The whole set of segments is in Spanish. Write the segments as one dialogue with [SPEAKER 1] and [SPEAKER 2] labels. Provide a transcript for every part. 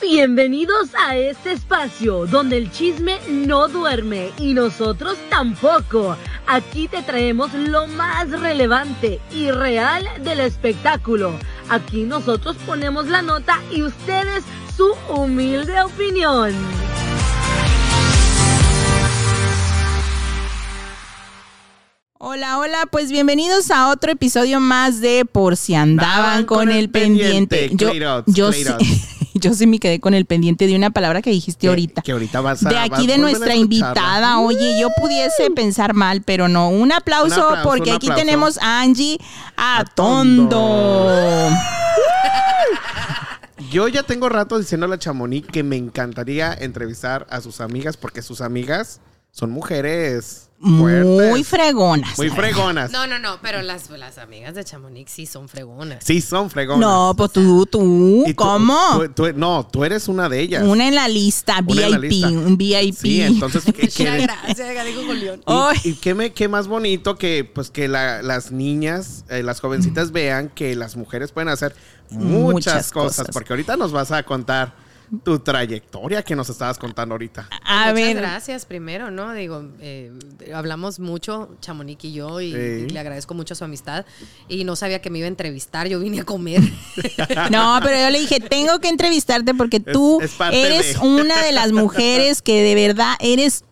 [SPEAKER 1] Bienvenidos a este espacio donde el chisme no duerme y nosotros tampoco. Aquí te traemos lo más relevante y real del espectáculo. Aquí nosotros ponemos la nota y ustedes su humilde opinión.
[SPEAKER 2] Hola, hola, pues bienvenidos a otro episodio más de Por si andaban con, el pendiente. Yo,
[SPEAKER 3] Claros,
[SPEAKER 2] yo, sí,
[SPEAKER 3] claros.
[SPEAKER 2] yo sí me quedé con el pendiente de una palabra que dijiste ahorita.
[SPEAKER 3] Que ahorita vas a.
[SPEAKER 2] de aquí
[SPEAKER 3] vas-
[SPEAKER 2] de
[SPEAKER 3] vuelven a
[SPEAKER 2] nuestra
[SPEAKER 3] escucharla.
[SPEAKER 2] invitada. Oye, yo pudiese pensar mal, pero no. Un aplauso,
[SPEAKER 3] Un aplauso,
[SPEAKER 2] porque
[SPEAKER 3] un
[SPEAKER 2] aquí
[SPEAKER 3] aplauso.
[SPEAKER 2] tenemos a Angie Atondo.
[SPEAKER 3] Yo ya tengo rato diciéndole a Chamonix que me encantaría entrevistar a sus amigas porque sus amigas son mujeres fuertes,
[SPEAKER 2] Muy fregonas.
[SPEAKER 3] muy fregonas.
[SPEAKER 4] No, no, no, pero las, las amigas de Chamonix sí son fregonas.
[SPEAKER 3] Sí, son fregonas.
[SPEAKER 2] No, pues tú, tú,
[SPEAKER 3] Y tú-
[SPEAKER 2] ¿cómo?
[SPEAKER 3] tú- tú- no, tú eres una de ellas.
[SPEAKER 2] Una en la lista,
[SPEAKER 3] Una en la
[SPEAKER 2] VIP,
[SPEAKER 3] lista.
[SPEAKER 2] un VIP.
[SPEAKER 3] Sí, entonces. ¿qué- qué-
[SPEAKER 4] gracias, dijo Julián.
[SPEAKER 3] Y-
[SPEAKER 2] Ay.
[SPEAKER 3] Y, qué, me- qué más bonito que pues que la- las niñas, eh, las jovencitas vean que las mujeres pueden hacer muchas,
[SPEAKER 2] Muchas
[SPEAKER 3] cosas,
[SPEAKER 2] cosas.
[SPEAKER 3] Porque ahorita nos vas a contar tu trayectoria que nos estabas contando ahorita.
[SPEAKER 2] a
[SPEAKER 4] Muchas
[SPEAKER 2] ver,
[SPEAKER 4] gracias primero, ¿no? Digo, eh, hablamos mucho, Chamonix y yo, y,
[SPEAKER 3] Sí.
[SPEAKER 4] y le agradezco mucho su amistad. Y no sabía que me iba a entrevistar, yo vine a comer.
[SPEAKER 2] No, pero yo le dije, tengo que entrevistarte porque tú
[SPEAKER 3] es parte
[SPEAKER 2] eres
[SPEAKER 3] de.
[SPEAKER 2] una de las mujeres que de verdad eres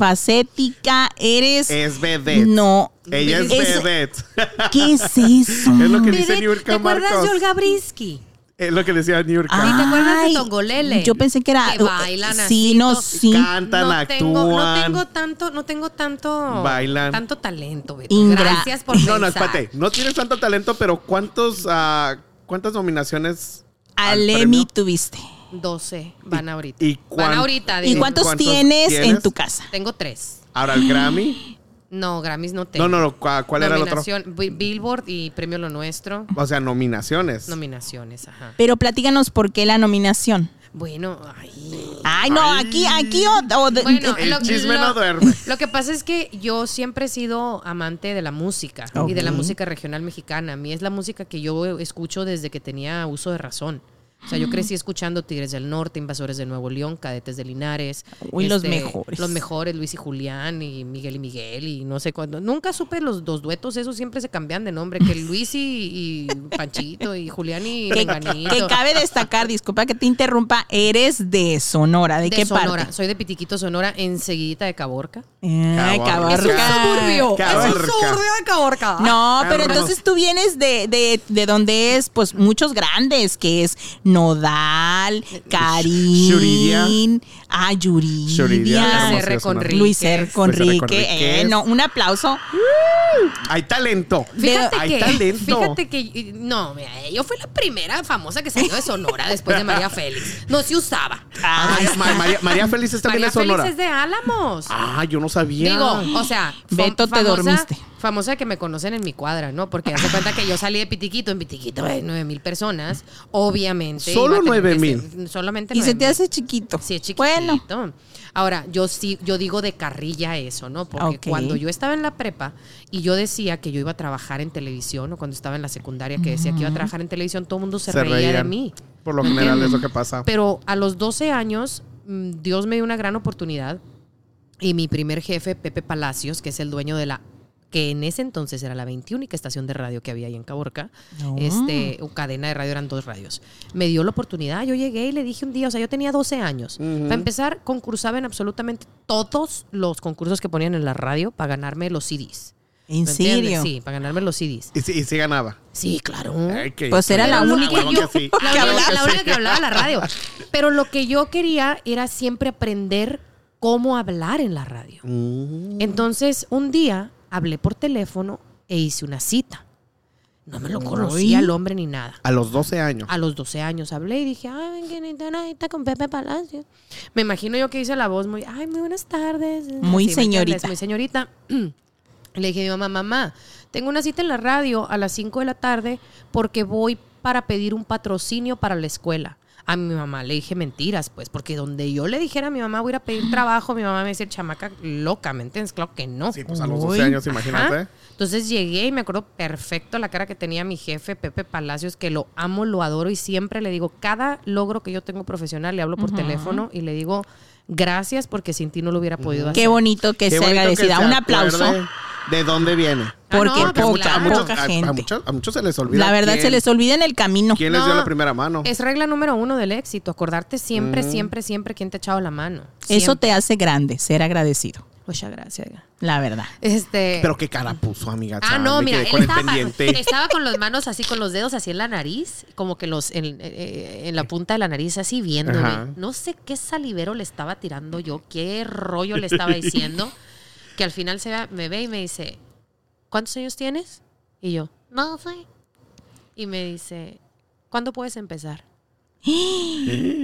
[SPEAKER 2] multifacética, eres...
[SPEAKER 3] Es vedette.
[SPEAKER 2] No.
[SPEAKER 3] Ella es,
[SPEAKER 2] Es-
[SPEAKER 3] vedette.
[SPEAKER 2] ¿Qué es eso?
[SPEAKER 3] es lo que dice
[SPEAKER 4] ¿Te
[SPEAKER 3] Niurka
[SPEAKER 4] acuerdas de
[SPEAKER 3] Marcos.
[SPEAKER 4] Olga Brisky?
[SPEAKER 3] Es lo que decía Niurka.
[SPEAKER 4] ¿Y te acuerdas de
[SPEAKER 2] Ay,
[SPEAKER 4] Tongolele?
[SPEAKER 2] Yo pensé que era...
[SPEAKER 4] Que bailan
[SPEAKER 2] Sí,
[SPEAKER 4] así,
[SPEAKER 2] no,
[SPEAKER 4] to-
[SPEAKER 2] sí.
[SPEAKER 3] Cantan,
[SPEAKER 4] no tengo, no
[SPEAKER 3] actúan.
[SPEAKER 4] tengo tanto, no tengo tanto,
[SPEAKER 3] Bailan.
[SPEAKER 4] tanto talento, Beto.
[SPEAKER 2] Ingra-
[SPEAKER 4] Gracias por
[SPEAKER 3] no, no,
[SPEAKER 4] pensar.
[SPEAKER 3] espérate. No tienes tanto talento, pero ¿cuántos, ah, ¿cuántas nominaciones? al
[SPEAKER 2] Alemi
[SPEAKER 3] premio?
[SPEAKER 2] tuviste.
[SPEAKER 4] 12 van ahorita.
[SPEAKER 3] y cuán-
[SPEAKER 4] van ahorita.
[SPEAKER 2] ¿Y
[SPEAKER 4] digo.
[SPEAKER 2] cuántos,
[SPEAKER 3] ¿Cuántos
[SPEAKER 2] tienes, en
[SPEAKER 3] tienes?
[SPEAKER 2] tu casa?
[SPEAKER 4] Tengo tres.
[SPEAKER 3] Ahora el Grammy.
[SPEAKER 4] No, Grammys no tengo.
[SPEAKER 3] No, no, no. ¿cuál cuál era el otro?
[SPEAKER 4] Nominación, Bi- Billboard y Premio Lo Nuestro.
[SPEAKER 3] O sea, nominaciones.
[SPEAKER 4] Nominaciones, ajá.
[SPEAKER 2] Pero platícanos por qué la nominación.
[SPEAKER 4] Bueno, ay.
[SPEAKER 2] Ay, no, aquí, aquí o... o de-
[SPEAKER 4] Bueno,
[SPEAKER 3] El chisme no duerme.
[SPEAKER 4] Lo que pasa es que yo siempre he sido amante de la música y de la
[SPEAKER 2] Ok.
[SPEAKER 4] música regional mexicana. A mí es la música que yo escucho desde que tenía uso de razón. O sea, yo crecí escuchando Tigres del Norte, Invasores de Nuevo León, Cadetes de Linares. este,
[SPEAKER 2] Uy, los mejores.
[SPEAKER 4] Los mejores, Luis y Julián y Miguel y Miguel y no sé cuándo. Nunca supe los dos duetos, esos siempre se cambian de nombre, que Luis y, y Panchito y Julián y
[SPEAKER 2] que,
[SPEAKER 4] Menganito.
[SPEAKER 2] que cabe destacar, disculpa que te interrumpa, eres de Sonora. ¿De,
[SPEAKER 4] de
[SPEAKER 2] qué
[SPEAKER 4] Sonora.
[SPEAKER 2] parte?
[SPEAKER 4] Soy de Pitiquito, Sonora, enseguidita de Caborca.
[SPEAKER 2] Ah,
[SPEAKER 3] Caborca.
[SPEAKER 2] Caborca.
[SPEAKER 3] Es un suburbio. Caborca.
[SPEAKER 4] de Caborca.
[SPEAKER 2] No, pero
[SPEAKER 3] Caborca.
[SPEAKER 2] entonces tú vienes de, de, de donde es, pues, muchos grandes, que es Nodal, Karim,
[SPEAKER 3] Yuridia.
[SPEAKER 2] ah, Yuridia,
[SPEAKER 3] Yuridia,
[SPEAKER 4] Luis
[SPEAKER 3] hermosa,
[SPEAKER 4] R. Conríquez.
[SPEAKER 2] Luis R. Conrique,
[SPEAKER 3] Conríquez.
[SPEAKER 2] eh, no, un aplauso.
[SPEAKER 3] Hay talento.
[SPEAKER 4] Fíjate
[SPEAKER 3] Hay
[SPEAKER 4] que,
[SPEAKER 3] talento.
[SPEAKER 4] fíjate que y- no, mira, yo fui la primera famosa que salió de Sonora después de María Félix. No se usaba.
[SPEAKER 3] Ah, María, Ma- María- María Feliz es también
[SPEAKER 4] María
[SPEAKER 3] es Sonora.
[SPEAKER 4] Félix es de Álamos.
[SPEAKER 3] Ah, yo no sabía.
[SPEAKER 4] Digo, o sea, fam-
[SPEAKER 2] Beto, te dormiste.
[SPEAKER 4] Famosa que me conocen en mi cuadra, ¿no? Porque hace cuenta que yo salí de Pitiquito, en Pitiquito hay nueve mil personas, obviamente.
[SPEAKER 3] Solo
[SPEAKER 4] iba a tener
[SPEAKER 3] 9,000.
[SPEAKER 4] que ser- Solamente
[SPEAKER 2] Y se te
[SPEAKER 4] 9,000.
[SPEAKER 2] hace chiquito.
[SPEAKER 4] Sí, es chiquitito.
[SPEAKER 2] Bueno,
[SPEAKER 4] Ahora, yo sí, yo digo de carrilla eso, ¿no? Porque
[SPEAKER 2] Ok.
[SPEAKER 4] cuando yo estaba en la prepa y yo decía que yo iba a trabajar en televisión, o cuando estaba en la secundaria que decía que iba a trabajar en televisión, todo el mundo se, reía de
[SPEAKER 3] reían.
[SPEAKER 4] mí.
[SPEAKER 3] Por lo general es lo que pasa.
[SPEAKER 4] Pero a los 12 años, mm, Dios me dio una gran oportunidad. Y mi primer jefe, Pepe Palacios, que es el dueño de la que en ese entonces era la 21 estación de radio que había ahí en Caborca,
[SPEAKER 2] No.
[SPEAKER 4] este, o cadena de radio, eran dos radios. Me dio la oportunidad, yo llegué y le dije un día, o sea, yo tenía 12 años.
[SPEAKER 3] Ujú.
[SPEAKER 4] Para empezar, concursaba en absolutamente todos los concursos que ponían en la radio para ganarme los CDs.
[SPEAKER 2] en
[SPEAKER 4] ¿Me entiendes?
[SPEAKER 2] serio.
[SPEAKER 4] Sí, para ganarme los Eh, CDs.
[SPEAKER 3] Y sí, y sí ganaba.
[SPEAKER 4] Sí, claro.
[SPEAKER 3] Ay, que-
[SPEAKER 2] Pues era la
[SPEAKER 4] Pero lo
[SPEAKER 2] única
[SPEAKER 4] que
[SPEAKER 3] Claro
[SPEAKER 4] yo-
[SPEAKER 3] que sí.
[SPEAKER 4] la
[SPEAKER 3] Claro
[SPEAKER 4] única-
[SPEAKER 3] que
[SPEAKER 4] la
[SPEAKER 3] sí.
[SPEAKER 4] única que hablaba en la radio. Pero lo que yo quería era siempre aprender cómo hablar en la radio.
[SPEAKER 3] Mm.
[SPEAKER 4] Entonces, un día hablé por teléfono e hice una cita. No me lo conocía
[SPEAKER 2] Uy.
[SPEAKER 4] el hombre ni nada.
[SPEAKER 3] A los 12 años.
[SPEAKER 4] A los 12 años hablé y dije, ay, ¿quién está? Ahí está con Pepe Palacio. Me imagino yo que hice la voz muy, ay, muy buenas tardes.
[SPEAKER 2] Muy
[SPEAKER 4] Así, ¿me entiendes?
[SPEAKER 2] señorita.
[SPEAKER 4] Muy señorita. Le dije a mi mamá, mamá, tengo una cita en la radio a las 5 de la tarde porque voy para pedir un patrocinio para la escuela. a mi mamá le dije mentiras, pues, porque donde yo le dijera a mi mamá voy a ir a pedir trabajo, mi mamá me va a decir chamaca loca, ¿me entiendes? Claro que no.
[SPEAKER 3] Sí, pues a los
[SPEAKER 2] Uy.
[SPEAKER 3] 12 años,
[SPEAKER 4] Ajá.
[SPEAKER 3] imagínate.
[SPEAKER 4] Entonces llegué y me acuerdo perfecto la cara que tenía mi jefe, Pepe Palacios, que lo amo, lo adoro y siempre le digo, cada logro que yo tengo profesional, le hablo por teléfono y le digo, gracias porque sin ti no lo hubiera podido hacer.
[SPEAKER 2] Qué bonito que
[SPEAKER 3] Qué
[SPEAKER 2] sea
[SPEAKER 3] bonito que
[SPEAKER 2] agradecida.
[SPEAKER 3] se
[SPEAKER 2] Un
[SPEAKER 3] acuerde
[SPEAKER 2] aplauso.
[SPEAKER 3] ¿De dónde viene?
[SPEAKER 2] Porque
[SPEAKER 4] Ah, no,
[SPEAKER 3] Porque
[SPEAKER 4] pues
[SPEAKER 3] a
[SPEAKER 2] poca,
[SPEAKER 3] muchos- a,
[SPEAKER 4] claro.
[SPEAKER 3] muchos,
[SPEAKER 2] poca
[SPEAKER 3] a- a
[SPEAKER 2] gente.
[SPEAKER 3] muchos, a muchos se les olvida.
[SPEAKER 2] La verdad
[SPEAKER 3] quién-
[SPEAKER 2] se les olvida en el camino.
[SPEAKER 3] ¿Quién les dio
[SPEAKER 4] No.
[SPEAKER 3] la primera mano?
[SPEAKER 4] Es regla número uno del éxito, acordarte siempre, siempre, siempre quién te ha echado la mano.
[SPEAKER 2] Eso
[SPEAKER 4] Siempre.
[SPEAKER 2] te hace grande, ser agradecido.
[SPEAKER 4] Muchas gracias. oiga.
[SPEAKER 2] La verdad.
[SPEAKER 4] Este.
[SPEAKER 3] Pero qué cara puso, amiga.
[SPEAKER 4] Ah,
[SPEAKER 3] Sam,
[SPEAKER 4] no,
[SPEAKER 3] me
[SPEAKER 4] mira,
[SPEAKER 3] quedé
[SPEAKER 4] él
[SPEAKER 3] con el
[SPEAKER 4] estaba,
[SPEAKER 3] pendiente.
[SPEAKER 4] estaba con las manos así, con los dedos así en la nariz, como que los en, eh, en la punta de la nariz así viéndome.
[SPEAKER 3] Ajá.
[SPEAKER 4] No sé qué salivero le estaba tirando yo, qué rollo le estaba diciendo, que al final se va- me ve y me dice, ¿cuántos años tienes? Y yo, no sé. Y me dice, ¿cuándo puedes empezar?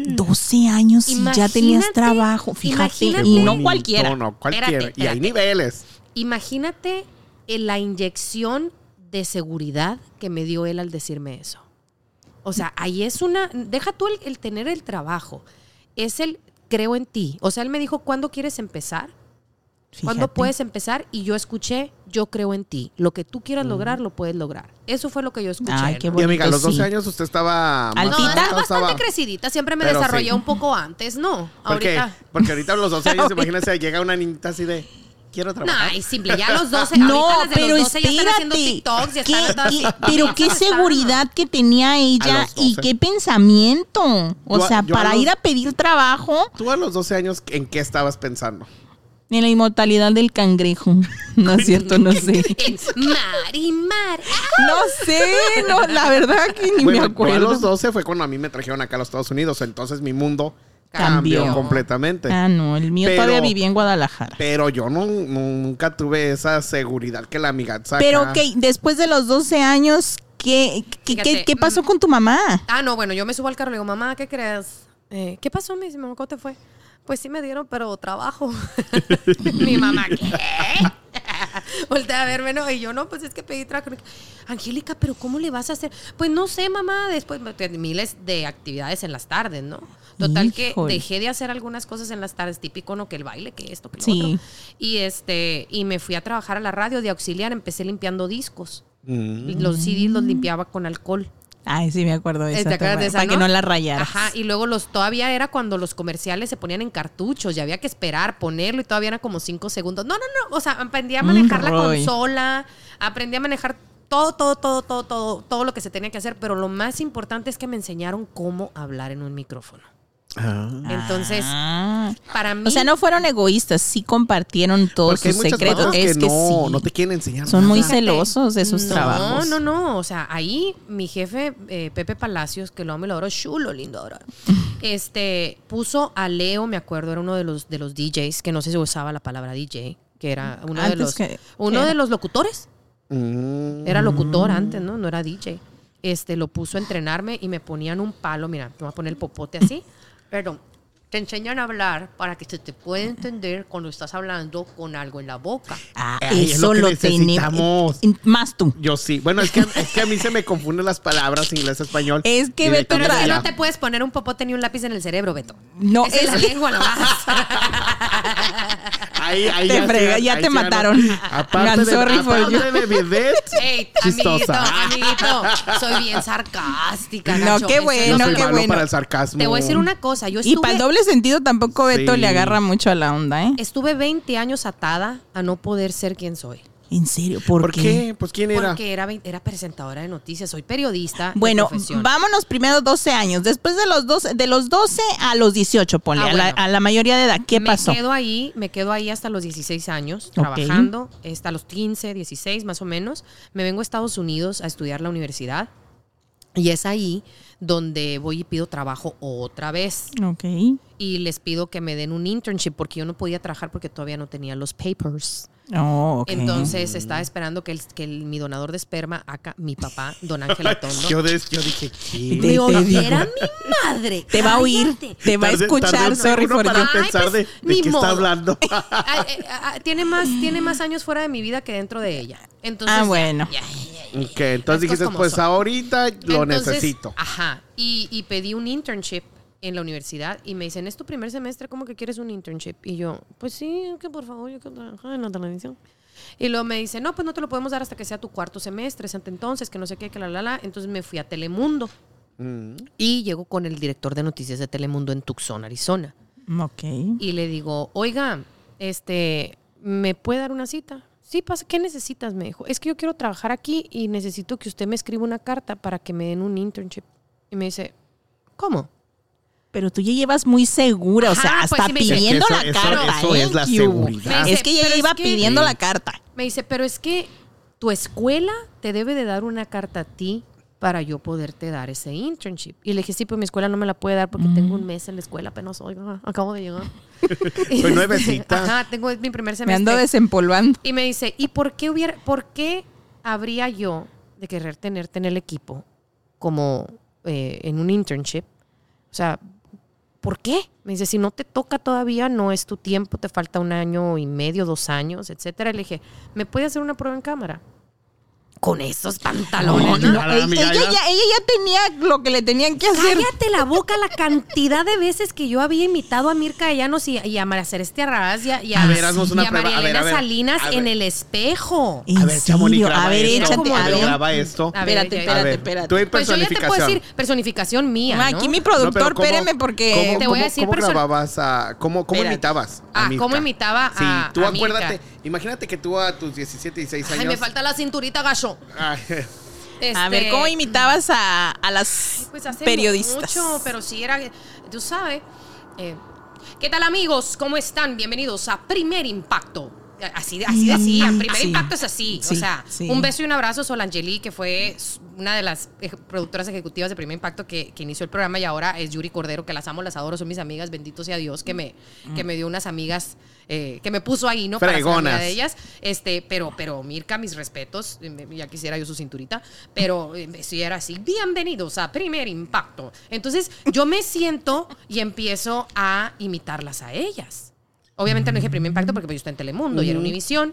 [SPEAKER 2] 12 años y ya tenías
[SPEAKER 4] Mm. Imagínate,
[SPEAKER 2] trabajo. Fíjate.
[SPEAKER 4] imagínate.
[SPEAKER 2] Y
[SPEAKER 4] Qué
[SPEAKER 2] no
[SPEAKER 3] Bonito,
[SPEAKER 2] cualquiera.
[SPEAKER 3] No, cualquiera.
[SPEAKER 4] Espérate,
[SPEAKER 3] Y hay
[SPEAKER 4] espérate.
[SPEAKER 3] niveles.
[SPEAKER 4] Imagínate eh, la inyección de seguridad que me dio él al decirme eso. O sea, ahí es una. Deja tú el, el tener el trabajo. Es el creo en ti. O sea, él me dijo, ¿cuándo quieres empezar? ¿Cuándo
[SPEAKER 2] Fíjate.
[SPEAKER 4] puedes empezar? Y yo escuché, yo creo en ti. Lo que tú quieras lograr, lo puedes lograr. Eso fue lo que yo escuché.
[SPEAKER 2] Mm. Ay,
[SPEAKER 4] ¿no?
[SPEAKER 2] qué
[SPEAKER 3] Y amiga, a los
[SPEAKER 2] Bonito,
[SPEAKER 3] 12
[SPEAKER 2] sí.
[SPEAKER 3] años usted estaba... más-
[SPEAKER 2] Altita.
[SPEAKER 4] No, era bastante
[SPEAKER 3] estaba-
[SPEAKER 4] crecidita. Siempre me
[SPEAKER 3] Pero
[SPEAKER 4] desarrollé
[SPEAKER 3] sí.
[SPEAKER 4] un poco antes, ¿no?
[SPEAKER 3] Porque,
[SPEAKER 4] Ahorita.
[SPEAKER 3] porque ahorita a los 12 años, imagínese, llega una niñita así de... Quiero
[SPEAKER 4] No,
[SPEAKER 3] trabajar.
[SPEAKER 4] es simple, ya a los 12,
[SPEAKER 2] No,
[SPEAKER 4] ahorita las de
[SPEAKER 2] pero
[SPEAKER 4] los 12 ya están haciendo
[SPEAKER 2] espérate.
[SPEAKER 4] TikToks, ya
[SPEAKER 2] ¿Qué-
[SPEAKER 4] están
[SPEAKER 2] qué- pero qué seguridad que tenía ella
[SPEAKER 3] los
[SPEAKER 2] y
[SPEAKER 3] 12.
[SPEAKER 2] qué pensamiento. O
[SPEAKER 3] Yo a-
[SPEAKER 2] sea,
[SPEAKER 3] yo a
[SPEAKER 2] para
[SPEAKER 3] los-
[SPEAKER 2] ir a pedir trabajo
[SPEAKER 3] Tú a los 12 años, ¿en qué estabas pensando?
[SPEAKER 2] en la inmortalidad del cangrejo. No es cierto, no sé.
[SPEAKER 4] Mar y mar.
[SPEAKER 2] No sé, no, la verdad que ni
[SPEAKER 3] Bueno,
[SPEAKER 2] me
[SPEAKER 3] yo a los
[SPEAKER 2] acuerdo.
[SPEAKER 3] 12 fue cuando a mí me trajeron acá a los Estados Unidos. Entonces mi mundo
[SPEAKER 2] Cambió.
[SPEAKER 3] cambió, completamente.
[SPEAKER 2] Ah, no, el mío
[SPEAKER 3] Pero-
[SPEAKER 2] todavía vivía en Guadalajara.
[SPEAKER 3] Pero yo no- nunca tuve esa seguridad que la amiga saca.
[SPEAKER 2] Pero ok, después de los 12 años, ¿qué, qué,
[SPEAKER 4] Fíjate,
[SPEAKER 2] qué- qué pasó
[SPEAKER 4] mm.
[SPEAKER 2] con tu mamá?
[SPEAKER 4] Ah, no, bueno, yo me subo al carro y le digo, mamá, ¿qué crees? Eh, ¿Qué pasó, mi mamá? ¿Cómo te fue? Pues sí me dieron, pero trabajo. mi mamá, ¿qué? Voltea a verme, ¿no? Y yo, no, pues es que pedí trabajo. Angélica, ¿pero cómo le vas a hacer? Pues no sé, mamá, después pues, miles de actividades en las tardes, ¿no? Total
[SPEAKER 2] Híjole.
[SPEAKER 4] que dejé de hacer algunas cosas en las tardes, típico, ¿no? Que el baile, que esto, que lo
[SPEAKER 2] Sí.
[SPEAKER 4] otro. Y, este, y me fui a trabajar a la radio de auxiliar, empecé limpiando discos.
[SPEAKER 3] Mm.
[SPEAKER 4] Los CDs los limpiaba con alcohol.
[SPEAKER 2] Ay, sí, me acuerdo de
[SPEAKER 4] Eh,
[SPEAKER 2] esa.
[SPEAKER 4] ¿Te acuerdas
[SPEAKER 2] toma,
[SPEAKER 4] de esa?
[SPEAKER 2] para que no la rayaras.
[SPEAKER 4] Ajá, y luego los todavía era cuando los comerciales se ponían en cartuchos, ya había que esperar, ponerlo y todavía era como cinco segundos. No, no, no, o sea, aprendí a
[SPEAKER 2] Un
[SPEAKER 4] manejar la
[SPEAKER 2] rollo.
[SPEAKER 4] consola, aprendí a manejar todo, todo, todo, todo, todo, todo lo que se tenía que hacer, pero lo más importante es que me enseñaron cómo hablar en un micrófono.
[SPEAKER 3] Ah.
[SPEAKER 4] Entonces,
[SPEAKER 2] Ah.
[SPEAKER 4] para mí...
[SPEAKER 2] O sea, no fueron egoístas, sí compartieron todos
[SPEAKER 3] Porque hay
[SPEAKER 2] sus
[SPEAKER 3] muchas
[SPEAKER 2] secretos.
[SPEAKER 3] personas que,
[SPEAKER 2] Es que,
[SPEAKER 3] no,
[SPEAKER 2] sí.
[SPEAKER 3] no te quieren enseñar.
[SPEAKER 2] Son muy
[SPEAKER 3] nada.
[SPEAKER 2] cel- celosos de sus
[SPEAKER 4] no,
[SPEAKER 2] trabajos.
[SPEAKER 4] No, no, O sea, ahí mi jefe, eh, Pepe Palacios, que lo amo y lo adoro, chulo, lindo, adoro. Este, puso a Leo, me acuerdo, era uno de los, de los DJs, que no sé si usaba la palabra DJ, que era uno de
[SPEAKER 2] Antes
[SPEAKER 4] los,
[SPEAKER 2] que-
[SPEAKER 4] uno
[SPEAKER 2] era.
[SPEAKER 4] de los locutores.
[SPEAKER 3] Mm.
[SPEAKER 4] Era locutor antes, ¿no? No era DJ. Este, lo puso a entrenarme y me ponían un palo, mira, te voy a poner el popote así, pero te enseñan a hablar para que se te pueda entender cuando estás hablando con algo en la boca.
[SPEAKER 2] Ah,
[SPEAKER 3] Ay, es
[SPEAKER 2] eso
[SPEAKER 3] lo que
[SPEAKER 2] lo, tenemos.
[SPEAKER 3] necesitamos.
[SPEAKER 2] Más tú.
[SPEAKER 3] Yo sí. Bueno, es que, es que a mí se me confunden las palabras inglés-español.
[SPEAKER 2] Es que ve tu
[SPEAKER 4] Pero es que
[SPEAKER 2] Mira.
[SPEAKER 4] no te puedes poner un popote ni un lápiz en el cerebro, Beto.
[SPEAKER 2] No,
[SPEAKER 4] es, en la Ah,
[SPEAKER 2] es que-
[SPEAKER 4] lengua nomás.
[SPEAKER 3] Ahí, ahí
[SPEAKER 2] Te
[SPEAKER 3] sí
[SPEAKER 2] frega,
[SPEAKER 3] ganó,
[SPEAKER 2] ya
[SPEAKER 3] ahí
[SPEAKER 2] te
[SPEAKER 3] sí
[SPEAKER 2] mataron.
[SPEAKER 3] ganó. Aparte
[SPEAKER 2] I'm
[SPEAKER 3] de,
[SPEAKER 2] sorry for
[SPEAKER 3] aparte
[SPEAKER 2] you.
[SPEAKER 3] de vedette,
[SPEAKER 4] Ey, amiguito,
[SPEAKER 3] chistosa.
[SPEAKER 4] amiguito, soy bien sarcástica.
[SPEAKER 2] No,
[SPEAKER 4] gacho,
[SPEAKER 2] qué
[SPEAKER 4] eso es
[SPEAKER 2] bueno,
[SPEAKER 3] Yo
[SPEAKER 4] lo
[SPEAKER 3] soy
[SPEAKER 2] qué
[SPEAKER 3] malo
[SPEAKER 2] bueno.
[SPEAKER 3] para el sarcasmo.
[SPEAKER 4] Te voy a decir una cosa, yo
[SPEAKER 2] Y para el
[SPEAKER 4] estuve,
[SPEAKER 2] doble sentido tampoco Beto
[SPEAKER 3] Sí.
[SPEAKER 2] le agarra mucho a la onda, ¿eh?
[SPEAKER 4] estuve 20 años atada a no poder ser quien soy.
[SPEAKER 2] En serio, ¿por,
[SPEAKER 3] ¿Por qué? Pues quién era.
[SPEAKER 4] Porque era, vein- era presentadora de noticias, soy periodista. de
[SPEAKER 2] Bueno,
[SPEAKER 4] profesión.
[SPEAKER 2] vámonos primero 12 años. Después de los 12, de los 12 a los 18, ponle,
[SPEAKER 4] Ah,
[SPEAKER 2] a, la,
[SPEAKER 4] bueno.
[SPEAKER 2] a la mayoría de edad. ¿Qué
[SPEAKER 4] me
[SPEAKER 2] pasó?
[SPEAKER 4] Quedo ahí, me quedo ahí hasta los 16 años,
[SPEAKER 2] Ok.
[SPEAKER 4] trabajando, hasta los 15, 16 más o menos. Me vengo a Estados Unidos a estudiar la universidad y es ahí donde voy y pido trabajo otra vez
[SPEAKER 2] Ok.
[SPEAKER 4] y les pido que me den un internship porque yo no podía trabajar porque todavía no tenía los papers.
[SPEAKER 2] Oh, ok.
[SPEAKER 4] Entonces estaba esperando que, el, que el- mi donador de esperma, acá mi papá, don Ángel Atondo,
[SPEAKER 3] Yo, des- yo dije, ¿qué?
[SPEAKER 2] Te-
[SPEAKER 4] Digo,
[SPEAKER 2] te digo.
[SPEAKER 4] era mi madre.
[SPEAKER 2] te va a oír,
[SPEAKER 4] cállate.
[SPEAKER 2] te va a
[SPEAKER 3] Tardé- tardé
[SPEAKER 2] escuchar,
[SPEAKER 3] un
[SPEAKER 2] sorry
[SPEAKER 3] segundo
[SPEAKER 2] for
[SPEAKER 3] para
[SPEAKER 2] you.
[SPEAKER 4] Ay,
[SPEAKER 3] pensar
[SPEAKER 4] pues,
[SPEAKER 3] de, de
[SPEAKER 4] ni
[SPEAKER 3] qué
[SPEAKER 4] modo.
[SPEAKER 3] está hablando.
[SPEAKER 4] Ah, eh, ah, tiene, más, tiene más años fuera de mi vida que dentro de ella. Entonces,
[SPEAKER 2] Ah,
[SPEAKER 4] ya,
[SPEAKER 2] bueno.
[SPEAKER 4] ya, ya, ya.
[SPEAKER 3] Ok, entonces
[SPEAKER 4] Las cosas
[SPEAKER 3] dijiste,
[SPEAKER 4] como
[SPEAKER 3] pues
[SPEAKER 4] son.
[SPEAKER 3] ahorita lo
[SPEAKER 4] Entonces, ah,
[SPEAKER 3] necesito.
[SPEAKER 4] Ajá. Y, y pedí un internship en la universidad y me dicen, es tu primer semestre, ¿cómo que quieres un internship? Y yo, pues sí, es que por favor, yo quiero trabajar en la televisión. Y luego me dicen, no, pues no te lo podemos dar hasta que sea tu cuarto semestre, es ante entonces, que no sé qué, que la, la, la. Entonces me fui a Telemundo
[SPEAKER 3] Mm.
[SPEAKER 4] y llego con el director de noticias de Telemundo en Tucson, Arizona.
[SPEAKER 2] Ok.
[SPEAKER 4] Y le digo, oiga, este, ¿me puede dar una cita? Sí, pasa, ¿qué necesitas? Me dijo, es que yo quiero trabajar aquí y necesito que usted me escriba una carta para que me den un internship. Y me dice, ¿cómo?
[SPEAKER 2] Pero tú ya llevas muy segura, o sea,
[SPEAKER 4] Ajá, pues
[SPEAKER 2] hasta
[SPEAKER 4] sí me-
[SPEAKER 2] pidiendo
[SPEAKER 3] Es que
[SPEAKER 2] la
[SPEAKER 3] eso- eso-
[SPEAKER 2] carta.
[SPEAKER 3] eso
[SPEAKER 2] ¿eh?
[SPEAKER 3] es la
[SPEAKER 2] ¿Qué hubo?
[SPEAKER 3] seguridad.
[SPEAKER 4] Me
[SPEAKER 2] Es
[SPEAKER 4] dice,
[SPEAKER 2] que ya
[SPEAKER 4] pero es
[SPEAKER 2] iba
[SPEAKER 4] que-
[SPEAKER 2] pidiendo
[SPEAKER 3] Sí.
[SPEAKER 2] la carta.
[SPEAKER 4] Me dice, pero es que tu escuela te debe de dar una carta a ti para yo poderte dar ese internship. Y le dije, sí, pues mi escuela no me la puede dar porque tengo un
[SPEAKER 3] Mm.
[SPEAKER 4] mes en la escuela, apenas hoy, ah, acabo de llegar.
[SPEAKER 3] Soy nuevecita.
[SPEAKER 4] Ajá, tengo mi primer semestre.
[SPEAKER 2] Me ando desempolvando.
[SPEAKER 4] Y me dice, ¿y por qué hubiera, por qué habría yo de querer tenerte en el equipo como eh, en un internship? O sea, ¿por qué? Me dice, si no te toca todavía, no es tu tiempo, te falta un año y medio, dos años, etcétera. Y le dije, ¿me puede hacer una prueba en cámara? Con esos pantalones.
[SPEAKER 3] No,
[SPEAKER 4] ¿no?
[SPEAKER 3] no, A la
[SPEAKER 2] Ella
[SPEAKER 3] amiga, ya.
[SPEAKER 2] ya, ella ya tenía lo que le tenían que hacer.
[SPEAKER 4] Cállate la boca la cantidad de veces que yo había imitado a Mirka Llanos y, y a María Celeste Arrabás y a, y a-
[SPEAKER 3] A ver, haznos
[SPEAKER 4] y
[SPEAKER 3] una
[SPEAKER 4] a
[SPEAKER 3] prueba.
[SPEAKER 4] María
[SPEAKER 3] A ver,
[SPEAKER 4] Elena
[SPEAKER 3] a ver,
[SPEAKER 4] Salinas
[SPEAKER 3] a
[SPEAKER 4] en
[SPEAKER 3] ver.
[SPEAKER 4] el espejo.
[SPEAKER 2] ¿En
[SPEAKER 3] A ver, Chamonix,
[SPEAKER 2] serio?
[SPEAKER 3] graba
[SPEAKER 2] a ver,
[SPEAKER 3] esto.
[SPEAKER 2] échate,
[SPEAKER 4] como
[SPEAKER 2] a
[SPEAKER 4] de
[SPEAKER 2] ver.
[SPEAKER 3] graba esto.
[SPEAKER 4] A ver,
[SPEAKER 2] Espérate,
[SPEAKER 4] ya, ya.
[SPEAKER 3] A
[SPEAKER 2] espérate,
[SPEAKER 3] ver, tú
[SPEAKER 2] espérate.
[SPEAKER 3] en
[SPEAKER 4] Pues yo ya te puedo
[SPEAKER 3] personificación.
[SPEAKER 4] decir personificación mía, ¿no?
[SPEAKER 2] Aquí mi
[SPEAKER 3] No, pero
[SPEAKER 2] productor,
[SPEAKER 3] ¿cómo-
[SPEAKER 2] espérame, porque.
[SPEAKER 3] ¿Cómo,
[SPEAKER 4] Te voy a
[SPEAKER 3] cómo-
[SPEAKER 4] decir
[SPEAKER 3] cómo
[SPEAKER 4] perso-
[SPEAKER 3] grababas a. ¿Cómo, cómo
[SPEAKER 2] Espérate.
[SPEAKER 3] imitabas? a
[SPEAKER 4] Ah,
[SPEAKER 3] Mirka?
[SPEAKER 4] ¿cómo imitaba
[SPEAKER 3] Sí,
[SPEAKER 4] a-
[SPEAKER 3] tú
[SPEAKER 4] a
[SPEAKER 3] acuérdate.
[SPEAKER 4] Mirka?
[SPEAKER 3] Imagínate que tú a tus 17, 16 años.
[SPEAKER 4] Ay, me falta la cinturita, gallo.
[SPEAKER 3] Ay,
[SPEAKER 2] A ver,
[SPEAKER 4] Este,
[SPEAKER 2] ¿cómo imitabas a, a las
[SPEAKER 4] pues hace
[SPEAKER 2] periodistas?
[SPEAKER 4] mucho, pero sí era... Tú sabes. eh, ¿Qué tal, amigos? ¿Cómo están? Bienvenidos a Primer Impacto. Así, así decía,
[SPEAKER 2] Mm,
[SPEAKER 4] Primer
[SPEAKER 2] sí,
[SPEAKER 4] Impacto es así.
[SPEAKER 2] sí,
[SPEAKER 4] o sea,
[SPEAKER 2] sí.
[SPEAKER 4] un beso y un abrazo a Sol Angeli, que fue una de las eje- productoras ejecutivas de Primer Impacto que, que inició el programa y ahora es Yuri Cordero, que las amo, las adoro, son mis amigas, bendito sea Dios, que me, que me dio unas amigas, eh, que me puso ahí, ¿no? Para ser amiga
[SPEAKER 3] Fregonas.
[SPEAKER 4] de ellas. Este, pero, pero Mirka, mis respetos, eh, ya quisiera yo su cinturita, pero eh, si era así, bienvenidos a Primer Impacto. Entonces, yo me siento y empiezo a imitarlas a ellas. Obviamente no dije Primer Impacto porque pues, yo estaba en Telemundo y era Univisión.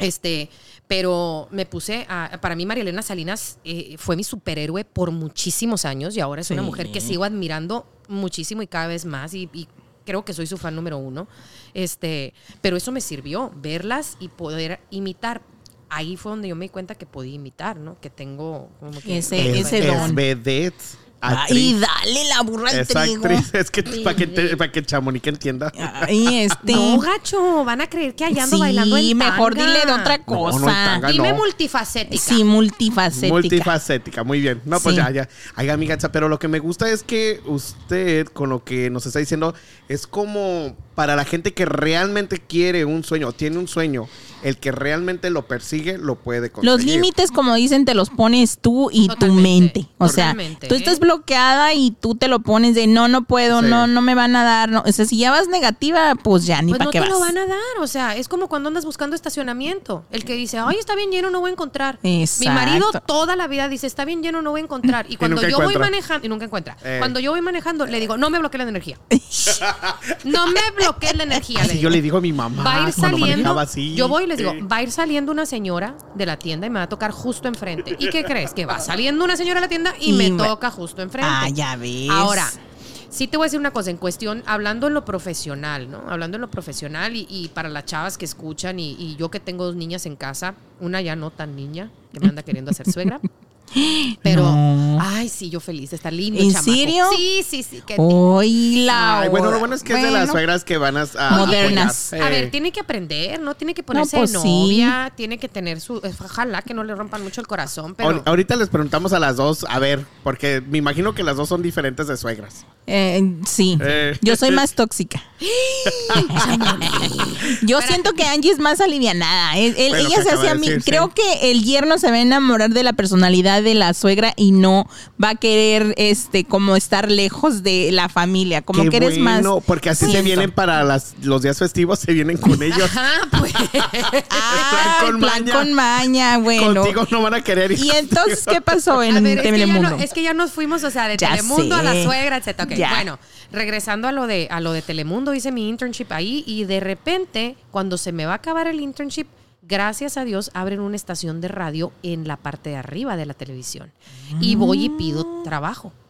[SPEAKER 4] Este, pero me puse a, para mí Marielena Salinas eh, fue mi superhéroe por muchísimos años y ahora es una
[SPEAKER 2] Sí.
[SPEAKER 4] mujer que sigo admirando muchísimo y cada vez más y, y creo que soy su fan número uno. Este, pero eso me sirvió verlas y poder imitar. Ahí fue donde yo me di cuenta que podía imitar, ¿no? Que tengo como que
[SPEAKER 2] Ese-
[SPEAKER 3] es,
[SPEAKER 2] ese don.
[SPEAKER 3] es vedette.
[SPEAKER 2] Ay,
[SPEAKER 3] actriz,
[SPEAKER 2] dale la burra al
[SPEAKER 3] es
[SPEAKER 2] trigo.
[SPEAKER 3] actriz. Es que para que, te- pa' que Chamonix entienda.
[SPEAKER 2] Ay, este.
[SPEAKER 4] No, gacho, van a creer que allá ando bailando en
[SPEAKER 2] sí, mejor
[SPEAKER 4] tanga.
[SPEAKER 2] dile de otra
[SPEAKER 3] No, no, en
[SPEAKER 2] cosa.
[SPEAKER 3] tanga,
[SPEAKER 4] Dime
[SPEAKER 3] no.
[SPEAKER 4] multifacética.
[SPEAKER 2] sí, multifacética.
[SPEAKER 3] Multifacética, muy bien. No, pues
[SPEAKER 2] Sí.
[SPEAKER 3] ya, ya. Ay, amiga, pero lo que me gusta es que usted, con lo que nos está diciendo, es como para la gente que realmente quiere un sueño, tiene un sueño, el que realmente lo persigue, lo puede conseguir.
[SPEAKER 2] Los límites, como dicen, te los pones tú y tu
[SPEAKER 4] Totalmente,
[SPEAKER 2] mente. O sea,
[SPEAKER 4] totalmente,
[SPEAKER 2] tú
[SPEAKER 4] ¿eh?
[SPEAKER 2] estás bloqueada y tú te lo pones de no, no puedo,
[SPEAKER 3] Sí.
[SPEAKER 2] no, no me van a dar. no. O sea, si ya vas negativa, pues ya ni
[SPEAKER 4] Pues
[SPEAKER 2] para
[SPEAKER 4] no
[SPEAKER 2] qué
[SPEAKER 4] te
[SPEAKER 2] vas.
[SPEAKER 4] lo van a dar, o sea, es como cuando andas buscando estacionamiento. El que dice, ay, está bien lleno, no voy a encontrar.
[SPEAKER 2] Exacto.
[SPEAKER 4] Mi marido toda la vida dice, está bien lleno, no voy a encontrar. Y cuando yo
[SPEAKER 3] nunca
[SPEAKER 4] voy
[SPEAKER 3] encuentra.
[SPEAKER 4] manejando, y nunca encuentra.
[SPEAKER 3] Eh.
[SPEAKER 4] Cuando yo voy manejando, le digo, no me bloquees la energía. no me bloquees la energía.
[SPEAKER 3] Así
[SPEAKER 4] le
[SPEAKER 3] yo
[SPEAKER 4] digo.
[SPEAKER 3] le digo a mi mamá.
[SPEAKER 4] Va a ir
[SPEAKER 3] cuando
[SPEAKER 4] saliendo.
[SPEAKER 3] manejaba así,
[SPEAKER 4] yo voy y les digo,
[SPEAKER 3] eh,
[SPEAKER 4] va a ir saliendo una señora de la tienda y me va a tocar justo enfrente. ¿Y qué crees? Que va saliendo una señora de la tienda y,
[SPEAKER 2] Y
[SPEAKER 4] me
[SPEAKER 2] me-
[SPEAKER 4] toca justo enfrente.
[SPEAKER 2] Ah, ya ves.
[SPEAKER 4] Ahora, sí te voy a decir una cosa, en cuestión, hablando en lo profesional, ¿no? Hablando en lo profesional y, y para las chavas que escuchan y, y yo que tengo dos niñas en casa, una ya no tan niña, que me anda queriendo hacer suegra. Pero,
[SPEAKER 2] No.
[SPEAKER 4] ay, sí, yo feliz, está lindo.
[SPEAKER 2] ¿En
[SPEAKER 4] el chamaco.
[SPEAKER 2] serio? Oh.
[SPEAKER 4] Sí, sí, sí. que-
[SPEAKER 2] Hoy la.
[SPEAKER 3] ay, bueno,
[SPEAKER 2] hora.
[SPEAKER 3] lo bueno es que es de las
[SPEAKER 2] Bueno,
[SPEAKER 3] suegras que van a. a
[SPEAKER 2] Modernas.
[SPEAKER 3] apoyar.
[SPEAKER 4] A
[SPEAKER 3] Eh,
[SPEAKER 4] ver, tiene que aprender, ¿no? Tiene que ponerse
[SPEAKER 2] pues,
[SPEAKER 4] de
[SPEAKER 2] sí.
[SPEAKER 4] novia, tiene que tener su. eh, Ojalá que no le rompan mucho el corazón, pero.
[SPEAKER 3] ahor- Ahorita les preguntamos a las dos, a ver, porque me imagino que las dos son diferentes de suegras.
[SPEAKER 2] eh, sí,
[SPEAKER 3] Eh.
[SPEAKER 2] yo soy más tóxica. yo siento que Angie es más alivianada. Él- él-
[SPEAKER 3] Bueno, pues
[SPEAKER 2] ella
[SPEAKER 3] que
[SPEAKER 2] se hace
[SPEAKER 3] acaba
[SPEAKER 2] a
[SPEAKER 3] de
[SPEAKER 2] mí.
[SPEAKER 3] decir,
[SPEAKER 2] Creo
[SPEAKER 3] sí.
[SPEAKER 2] que el yerno se va a enamorar de la personalidad de la suegra y no va a querer, este, como estar lejos de la familia. Como
[SPEAKER 3] Qué
[SPEAKER 2] que eres
[SPEAKER 3] bueno,
[SPEAKER 2] más.
[SPEAKER 3] Porque así se
[SPEAKER 2] Siento.
[SPEAKER 3] vienen para las, los días festivos, se vienen con ellos.
[SPEAKER 4] Ajá, pues.
[SPEAKER 2] Ah,
[SPEAKER 3] plan con
[SPEAKER 2] el plan
[SPEAKER 3] maña.
[SPEAKER 2] con maña, bueno.
[SPEAKER 3] Contigo no van a querer ir.
[SPEAKER 2] Y entonces, ¿qué pasó
[SPEAKER 4] A
[SPEAKER 2] en
[SPEAKER 4] ver, es que, ya
[SPEAKER 2] Telemundo?
[SPEAKER 4] no- es que ya nos fuimos, o sea, de
[SPEAKER 2] Ya
[SPEAKER 4] Telemundo a
[SPEAKER 2] sé.
[SPEAKER 4] la suegra, etc. Ok,
[SPEAKER 2] Ya.
[SPEAKER 4] Bueno, regresando a lo, de, a lo de Telemundo, hice mi internship ahí y de repente, cuando se me va a acabar el internship, gracias a Dios, abren una estación de radio en la parte de arriba de la televisión. Y voy y pido trabajo.
[SPEAKER 3] Ah.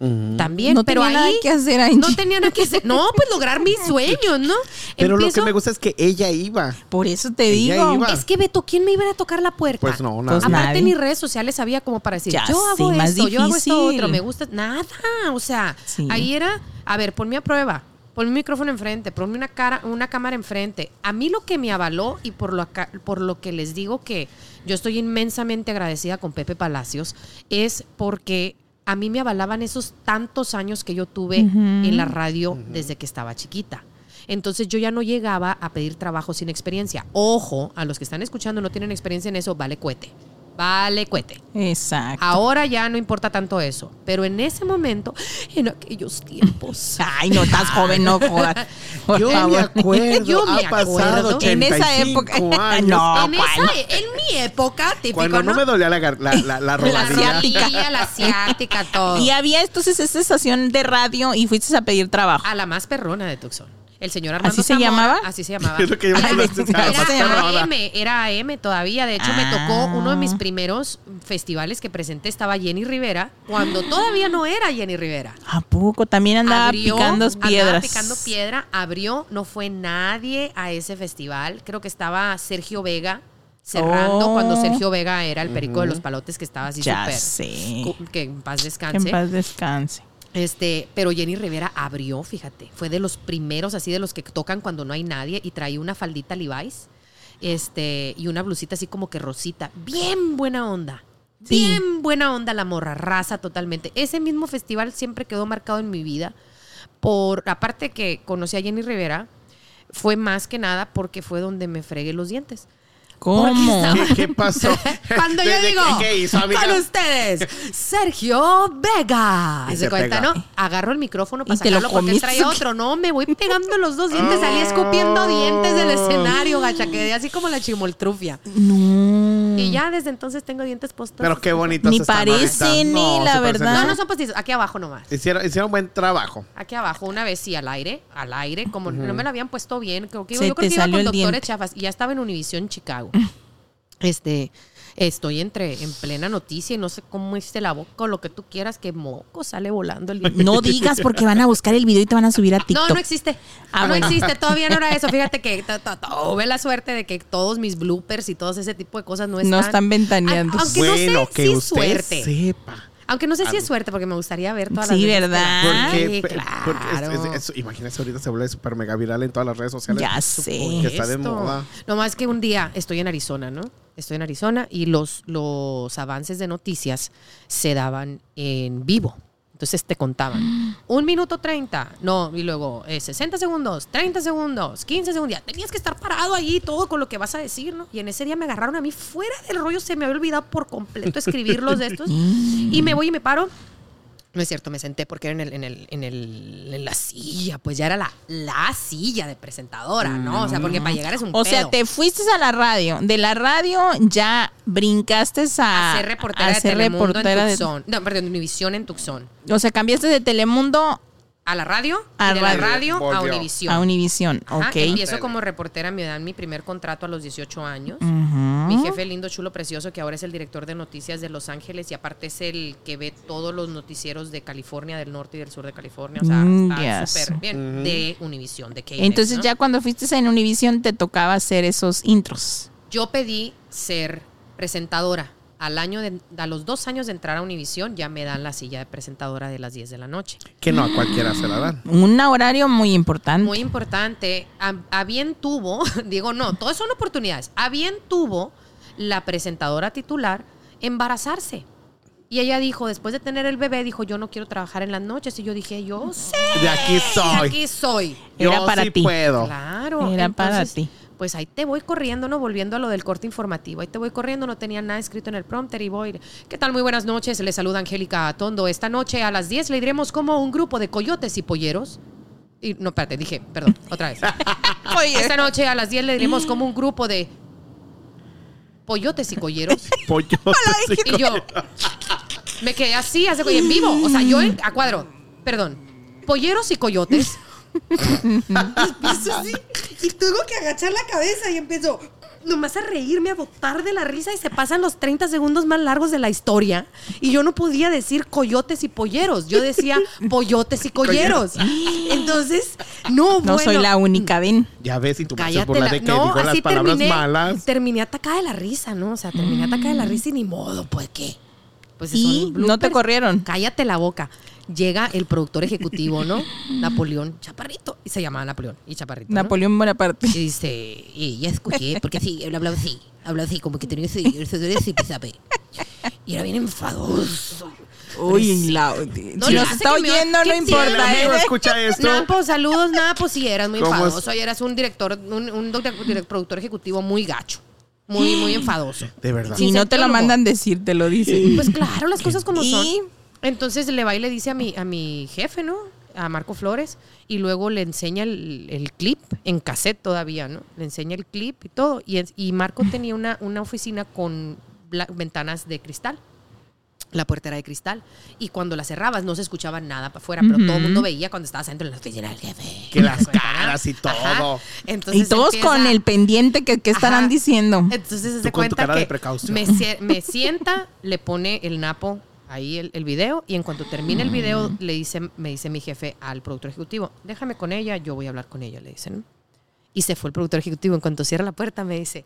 [SPEAKER 3] Ujú.
[SPEAKER 4] También,
[SPEAKER 2] no
[SPEAKER 4] pero
[SPEAKER 2] tenía nada
[SPEAKER 4] ahí
[SPEAKER 2] que hacer, Angie.
[SPEAKER 4] no tenía nada que hacer. No, pues lograr mis sueños, ¿no?
[SPEAKER 3] Pero lo
[SPEAKER 4] Empiezo-
[SPEAKER 3] que me gusta es que ella iba.
[SPEAKER 2] Por eso te
[SPEAKER 3] Ella
[SPEAKER 2] digo.
[SPEAKER 3] iba.
[SPEAKER 4] es que Beto, ¿quién me iba a ir a tocar la puerta?
[SPEAKER 3] Pues no, nada.
[SPEAKER 2] Pues
[SPEAKER 4] Aparte
[SPEAKER 2] nadie.
[SPEAKER 4] ni redes sociales había como para decir,
[SPEAKER 2] Ya
[SPEAKER 4] yo hago
[SPEAKER 2] sé, más
[SPEAKER 4] esto, yo hago esto
[SPEAKER 2] difícil.
[SPEAKER 4] otro, me gusta. Nada, o sea,
[SPEAKER 2] Sí.
[SPEAKER 4] ahí era, a ver, ponme a prueba, ponme un micrófono enfrente, ponme una, cara, una cámara enfrente. A mí lo que me avaló y por lo, acá- por lo que les digo que yo estoy inmensamente agradecida con Pepe Palacios es porque a mí me avalaban esos tantos años que yo tuve
[SPEAKER 2] Ujú.
[SPEAKER 4] en la radio desde que estaba chiquita. Entonces yo ya no llegaba a pedir trabajo sin experiencia. Ojo, a los que están escuchando no tienen experiencia en eso, vale cohete. Vale cohete.
[SPEAKER 2] Exacto.
[SPEAKER 4] Ahora ya no importa tanto eso. Pero en ese momento, en aquellos tiempos.
[SPEAKER 2] Ay, no estás joven, pues no jodas. Por
[SPEAKER 3] Yo me
[SPEAKER 2] favor.
[SPEAKER 3] acuerdo.
[SPEAKER 4] Yo me
[SPEAKER 3] ha pasado
[SPEAKER 4] acuerdo.
[SPEAKER 2] En
[SPEAKER 3] 85
[SPEAKER 2] esa época.
[SPEAKER 3] años.
[SPEAKER 2] No,
[SPEAKER 4] en,
[SPEAKER 2] ¿cuál?
[SPEAKER 4] esa- e, en mi época, típico,
[SPEAKER 3] Cuando no
[SPEAKER 4] ¿no?
[SPEAKER 3] me dolía la, gar- la, la, la
[SPEAKER 4] la
[SPEAKER 3] rodilla.
[SPEAKER 4] asiática. La asiática, todo.
[SPEAKER 2] Y había entonces esta estación de radio y fuiste a pedir trabajo.
[SPEAKER 4] A la más perrona de Tucson. El señor Armando
[SPEAKER 2] ¿Así se
[SPEAKER 4] Zamora,
[SPEAKER 2] llamaba?
[SPEAKER 4] Así se llamaba.
[SPEAKER 3] Es lo que yo
[SPEAKER 4] Era-
[SPEAKER 3] me
[SPEAKER 2] Ay,
[SPEAKER 3] molestaba,
[SPEAKER 2] la
[SPEAKER 3] más
[SPEAKER 4] Era
[SPEAKER 3] cabrona.
[SPEAKER 4] AM, era AM todavía. De hecho,
[SPEAKER 2] Ah.
[SPEAKER 4] me tocó uno de mis primeros festivales que presenté. Estaba Jenny Rivera, cuando todavía no era Jenny Rivera.
[SPEAKER 2] ¿A poco? También andaba
[SPEAKER 4] Abrió,
[SPEAKER 2] picando
[SPEAKER 4] andaba
[SPEAKER 2] piedras.
[SPEAKER 4] picando piedra, abrió, no fue nadie a ese festival. Creo que estaba Sergio Vega cerrando
[SPEAKER 2] Oh.
[SPEAKER 4] cuando Sergio Vega era el perico de los palotes que estaba así
[SPEAKER 2] Ya
[SPEAKER 4] súper.
[SPEAKER 2] sé.
[SPEAKER 4] cu- Que en paz
[SPEAKER 2] Que
[SPEAKER 4] descanse.
[SPEAKER 2] en paz descanse.
[SPEAKER 4] Este, pero Jenny Rivera abrió, fíjate, fue de los primeros así de los que tocan cuando no hay nadie y traía una faldita Levi's, este, y una blusita así como que rosita, bien buena onda.
[SPEAKER 2] Sí.
[SPEAKER 4] Bien buena onda la morra, raza totalmente. Ese mismo festival siempre quedó marcado en mi vida por aparte que conocí a Jenny Rivera, fue más que nada porque fue donde me fregué los dientes.
[SPEAKER 2] ¿Cómo?
[SPEAKER 3] ¿Qué, qué pasó?
[SPEAKER 4] Cuando yo
[SPEAKER 3] ¿De- de-
[SPEAKER 4] digo,
[SPEAKER 3] ¿Qué, qué hizo, amiga?
[SPEAKER 4] con ustedes, Sergio Vega.
[SPEAKER 3] Y
[SPEAKER 4] ¿Se,
[SPEAKER 3] se
[SPEAKER 4] cuenta,
[SPEAKER 3] pega.
[SPEAKER 4] no? Agarro el micrófono para
[SPEAKER 2] Y te lo
[SPEAKER 4] sacarlo porque él
[SPEAKER 2] comiste.
[SPEAKER 4] traía otro. No, me voy pegando los dos dientes. Salí escupiendo dientes del escenario, gacha. Quedé así como la chimoltrufia.
[SPEAKER 2] No.
[SPEAKER 4] Y ya desde entonces tengo dientes postizos.
[SPEAKER 3] Pero qué bonito.
[SPEAKER 2] Ni parecen, ni la
[SPEAKER 4] No,
[SPEAKER 2] verdad.
[SPEAKER 4] no son postizos. Aquí abajo nomás.
[SPEAKER 3] Hicieron, hicieron buen trabajo.
[SPEAKER 4] Aquí abajo, una vez sí, al aire, al aire, como no me lo habían puesto bien, creo que
[SPEAKER 2] Se
[SPEAKER 4] yo
[SPEAKER 2] te
[SPEAKER 4] creo que iba
[SPEAKER 2] salió
[SPEAKER 4] con
[SPEAKER 2] el
[SPEAKER 4] doctores
[SPEAKER 2] diente.
[SPEAKER 4] chafas y ya estaba en Univisión Chicago. Este, estoy entre, en plena noticia y no sé cómo hice la boca, lo que tú quieras, que moco sale volando el diente.
[SPEAKER 2] No digas porque van a buscar el video y te van a subir a
[SPEAKER 4] No,
[SPEAKER 2] TikTok.
[SPEAKER 4] no existe.
[SPEAKER 2] Ah,
[SPEAKER 4] no
[SPEAKER 2] bueno.
[SPEAKER 4] existe. Todavía no era eso. Fíjate que t- t- tuve la suerte de que todos mis bloopers y todo ese tipo de cosas no están.
[SPEAKER 2] No están ventaneando.
[SPEAKER 4] Ah, Aunque no sé
[SPEAKER 3] bueno, que
[SPEAKER 4] si es
[SPEAKER 3] usted
[SPEAKER 4] suerte.
[SPEAKER 3] sepa.
[SPEAKER 4] Aunque no sé si es suerte, porque me gustaría ver todas las
[SPEAKER 2] Ah, Sí,
[SPEAKER 4] veces que
[SPEAKER 2] ¿verdad?
[SPEAKER 4] la-
[SPEAKER 3] Porque, pe-
[SPEAKER 4] Sí,
[SPEAKER 3] porque es- es-
[SPEAKER 4] claro.
[SPEAKER 3] es- imagínese, ahorita se vuelve super mega viral en todas las redes sociales.
[SPEAKER 2] Ya
[SPEAKER 3] Que
[SPEAKER 2] sé.
[SPEAKER 3] está de
[SPEAKER 4] Esto.
[SPEAKER 3] moda.
[SPEAKER 4] No más que un día estoy en Arizona, ¿no? Estoy en Arizona y los, los avances de noticias se daban en vivo. Entonces te contaban. Un minuto treinta, no, y luego eh, 60 segundos, 30 segundos, 15 segundos. Ya tenías que estar parado ahí todo con lo que vas a decir, ¿no? Y en ese día me agarraron a mí fuera del rollo, se me había olvidado por completo escribir los de estos. Y me voy y me paro no es cierto, me senté porque era en, el, en, el, en, el, en la silla, pues ya era la, la silla de presentadora, ¿no? O sea, porque para llegar es un
[SPEAKER 2] O sea,
[SPEAKER 4] pedo.
[SPEAKER 2] te fuiste a la radio. De la radio ya brincaste a,
[SPEAKER 4] a ser reportera
[SPEAKER 2] a
[SPEAKER 4] de
[SPEAKER 2] ser
[SPEAKER 4] Telemundo
[SPEAKER 2] reportera
[SPEAKER 4] en
[SPEAKER 2] de-
[SPEAKER 4] Tucson. No, perdón, de Univisión en Tucson.
[SPEAKER 2] o sea, cambiaste de Telemundo
[SPEAKER 4] A la radio,
[SPEAKER 2] A
[SPEAKER 4] y de la
[SPEAKER 2] radio.
[SPEAKER 4] radio a
[SPEAKER 3] Volvió.
[SPEAKER 4] Univisión.
[SPEAKER 2] a Univisión.
[SPEAKER 4] Ajá,
[SPEAKER 2] ok.
[SPEAKER 4] Empiezo como reportera, me dan mi primer contrato a los 18 años.
[SPEAKER 2] Ujú.
[SPEAKER 4] Mi jefe lindo, chulo, precioso, que ahora es el director de noticias de Los Ángeles y aparte es el que ve todos los noticieros de California, del norte y del sur de California. O sea,
[SPEAKER 2] Mm,
[SPEAKER 4] está
[SPEAKER 2] yes.
[SPEAKER 4] súper bien. De Univisión, de KNX,
[SPEAKER 2] Entonces
[SPEAKER 4] ¿no?
[SPEAKER 2] ya cuando fuiste en Univisión te tocaba hacer esos intros.
[SPEAKER 4] Yo pedí ser presentadora. Al año de- a los dos años de entrar a Univisión ya me dan la silla de presentadora de las 10 de la noche.
[SPEAKER 3] Que no a cualquiera se la dan.
[SPEAKER 2] Un horario muy importante.
[SPEAKER 4] Muy importante, a, a bien tuvo, digo no, todas son oportunidades, a bien tuvo la presentadora titular embarazarse. Y ella dijo, después de tener el bebé, dijo, yo no quiero trabajar en las noches. Y yo dije, yo sé,
[SPEAKER 3] De aquí soy.
[SPEAKER 4] aquí soy.
[SPEAKER 3] Yo
[SPEAKER 2] Era para
[SPEAKER 3] sí
[SPEAKER 2] ti.
[SPEAKER 3] puedo.
[SPEAKER 4] Claro.
[SPEAKER 2] Era para
[SPEAKER 4] entonces,
[SPEAKER 2] ti.
[SPEAKER 4] Pues ahí te voy corriendo, ¿no? Volviendo a lo del corte informativo. Ahí te voy corriendo, no tenía nada escrito en el prompter y voy. ¿Qué tal? Muy buenas noches. Le saluda Angélica Tondo. Esta noche a las 10 le diremos cómo un grupo de coyotes y polleros. Y no, espérate, dije, perdón, otra vez.
[SPEAKER 2] Oye,
[SPEAKER 4] Esta noche a las 10 le diremos cómo un grupo de pollotes y colleros.
[SPEAKER 3] Pollo.
[SPEAKER 4] Y yo me quedé así, hace y en vivo. O sea, yo en- a cuadro. Perdón. Polleros y coyotes.
[SPEAKER 5] empiezo así, y tengo que agachar la cabeza y empiezo.
[SPEAKER 4] nomás a reírme, a botar de la risa y se pasan los 30 segundos más largos de la historia. Y yo no podía decir coyotes y polleros. Yo decía pollotes y colleros. Entonces, no,
[SPEAKER 2] No
[SPEAKER 4] bueno.
[SPEAKER 2] soy la única, ven.
[SPEAKER 3] Ya ves, y tú pasas
[SPEAKER 4] Cállate
[SPEAKER 3] por la
[SPEAKER 4] la-
[SPEAKER 3] de que
[SPEAKER 4] no,
[SPEAKER 3] dijo las
[SPEAKER 4] así
[SPEAKER 3] palabras
[SPEAKER 4] terminé,
[SPEAKER 3] malas.
[SPEAKER 4] terminé atacada de la risa, ¿no? O sea, terminé atacada de la risa y ni modo, pues qué. Pues son
[SPEAKER 2] Y no te
[SPEAKER 4] bloopers.
[SPEAKER 2] corrieron.
[SPEAKER 4] Cállate la boca. Llega el productor ejecutivo, ¿no? Napoleón Chaparrito. Y se llamaba Napoleón y Chaparrito. ¿no?
[SPEAKER 2] Napoleón Bonaparte.
[SPEAKER 4] Y dice, y ya escuché, porque así, él hablaba así, hablaba así, como que tenía ese, ese, ese pisape. Y era bien enfadoso.
[SPEAKER 2] Uy, la, si
[SPEAKER 4] No le
[SPEAKER 2] nos
[SPEAKER 4] hace
[SPEAKER 2] está
[SPEAKER 4] que me-
[SPEAKER 2] oyendo,
[SPEAKER 4] ¿Qué
[SPEAKER 2] no
[SPEAKER 4] tiene,
[SPEAKER 2] importa.
[SPEAKER 3] amigo,
[SPEAKER 2] ¿eh?
[SPEAKER 3] escucha esto.
[SPEAKER 4] Napo, saludos, Napo, sí, eras muy
[SPEAKER 3] ¿Cómo es?
[SPEAKER 4] enfadoso y eras un director, un, un doc- direct- productor ejecutivo muy gacho, muy, muy enfadoso.
[SPEAKER 3] De verdad.
[SPEAKER 2] Si
[SPEAKER 4] Sí.
[SPEAKER 2] no te lo
[SPEAKER 4] sexólogo.
[SPEAKER 2] mandan decir, te lo dicen.
[SPEAKER 4] Pues claro, las cosas como
[SPEAKER 2] ¿Y?
[SPEAKER 4] son. Entonces le va y le dice a mi, a mi jefe, ¿no? A Marco Flores, y luego le enseña el, el clip, en cassette todavía, ¿no? Le enseña el clip y todo. Y, es- y Marco tenía una, una oficina con bla- ventanas de cristal. La puerta era de cristal. Y cuando la cerrabas no se escuchaba nada para afuera, pero todo el mundo veía cuando estabas adentro en la oficina del jefe.
[SPEAKER 3] Que las
[SPEAKER 4] La ventana.
[SPEAKER 3] caras y todo.
[SPEAKER 4] Entonces
[SPEAKER 2] Y todos
[SPEAKER 4] empieza-
[SPEAKER 2] con el pendiente que, que estarán
[SPEAKER 4] Ajá.
[SPEAKER 2] diciendo.
[SPEAKER 4] entonces
[SPEAKER 3] Tú
[SPEAKER 4] se
[SPEAKER 3] con tu
[SPEAKER 4] cuenta
[SPEAKER 3] cara de
[SPEAKER 4] que
[SPEAKER 3] precaución.
[SPEAKER 4] me, sie- me sienta, le pone el napo ahí el, el video y en cuanto termine el
[SPEAKER 2] Mm.
[SPEAKER 4] video le dice, me dice mi jefe al productor ejecutivo, déjame con ella, yo voy a hablar con ella, le dicen. Y se fue el productor ejecutivo. En cuanto cierra la puerta me dice,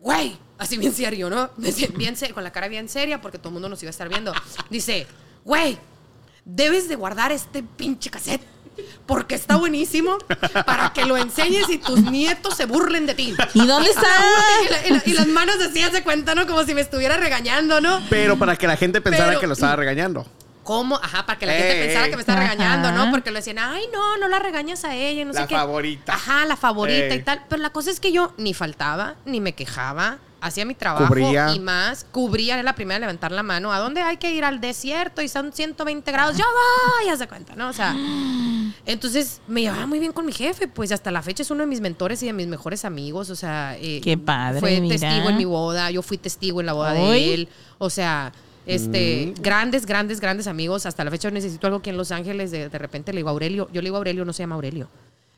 [SPEAKER 4] güey, así bien serio, ¿no? Bien serio, con la cara bien seria porque todo el mundo nos iba a estar viendo. Dice, güey, debes de guardar este pinche cassette porque está buenísimo para que lo enseñes y tus nietos se burlen de ti.
[SPEAKER 2] ¿Y dónde está?
[SPEAKER 4] Ah, Y, la- y la- y las manos así se cuenta, ¿no? Como si me estuviera regañando, ¿no?
[SPEAKER 3] Pero para que la gente pensara
[SPEAKER 4] Pero-
[SPEAKER 3] que lo estaba regañando.
[SPEAKER 4] ¿Cómo? Ajá, para que la
[SPEAKER 3] Ey,
[SPEAKER 4] gente pensara que me está
[SPEAKER 2] ey.
[SPEAKER 4] regañando,
[SPEAKER 2] eh, Ajá.
[SPEAKER 4] ¿no? Porque lo decían, ay, no, no la regañas a ella, no
[SPEAKER 3] La
[SPEAKER 4] sé qué.
[SPEAKER 3] favorita.
[SPEAKER 4] Ajá, la favorita
[SPEAKER 3] Ey.
[SPEAKER 4] y tal. Pero la cosa es que yo ni faltaba, ni me quejaba, hacía mi trabajo
[SPEAKER 3] Cubría.
[SPEAKER 4] y más. Cubría, era la primera a levantar la mano. ¿A dónde hay que ir? Al desierto y son 120 grados. Yo voy, ya se cuenta, ¿no? O sea, entonces me llevaba muy bien con mi jefe, pues hasta la fecha es uno de mis mentores y de mis mejores amigos, o sea, eh,
[SPEAKER 2] Qué padre,
[SPEAKER 4] Fue
[SPEAKER 2] mira.
[SPEAKER 4] testigo en mi boda, yo fui testigo en la boda
[SPEAKER 2] Ay.
[SPEAKER 4] de él, o sea, este, grandes, grandes, grandes amigos, hasta la fecha necesito algo aquí en Los Ángeles, de, de repente le digo a Aurelio, yo le digo a Aurelio, no se llama Aurelio,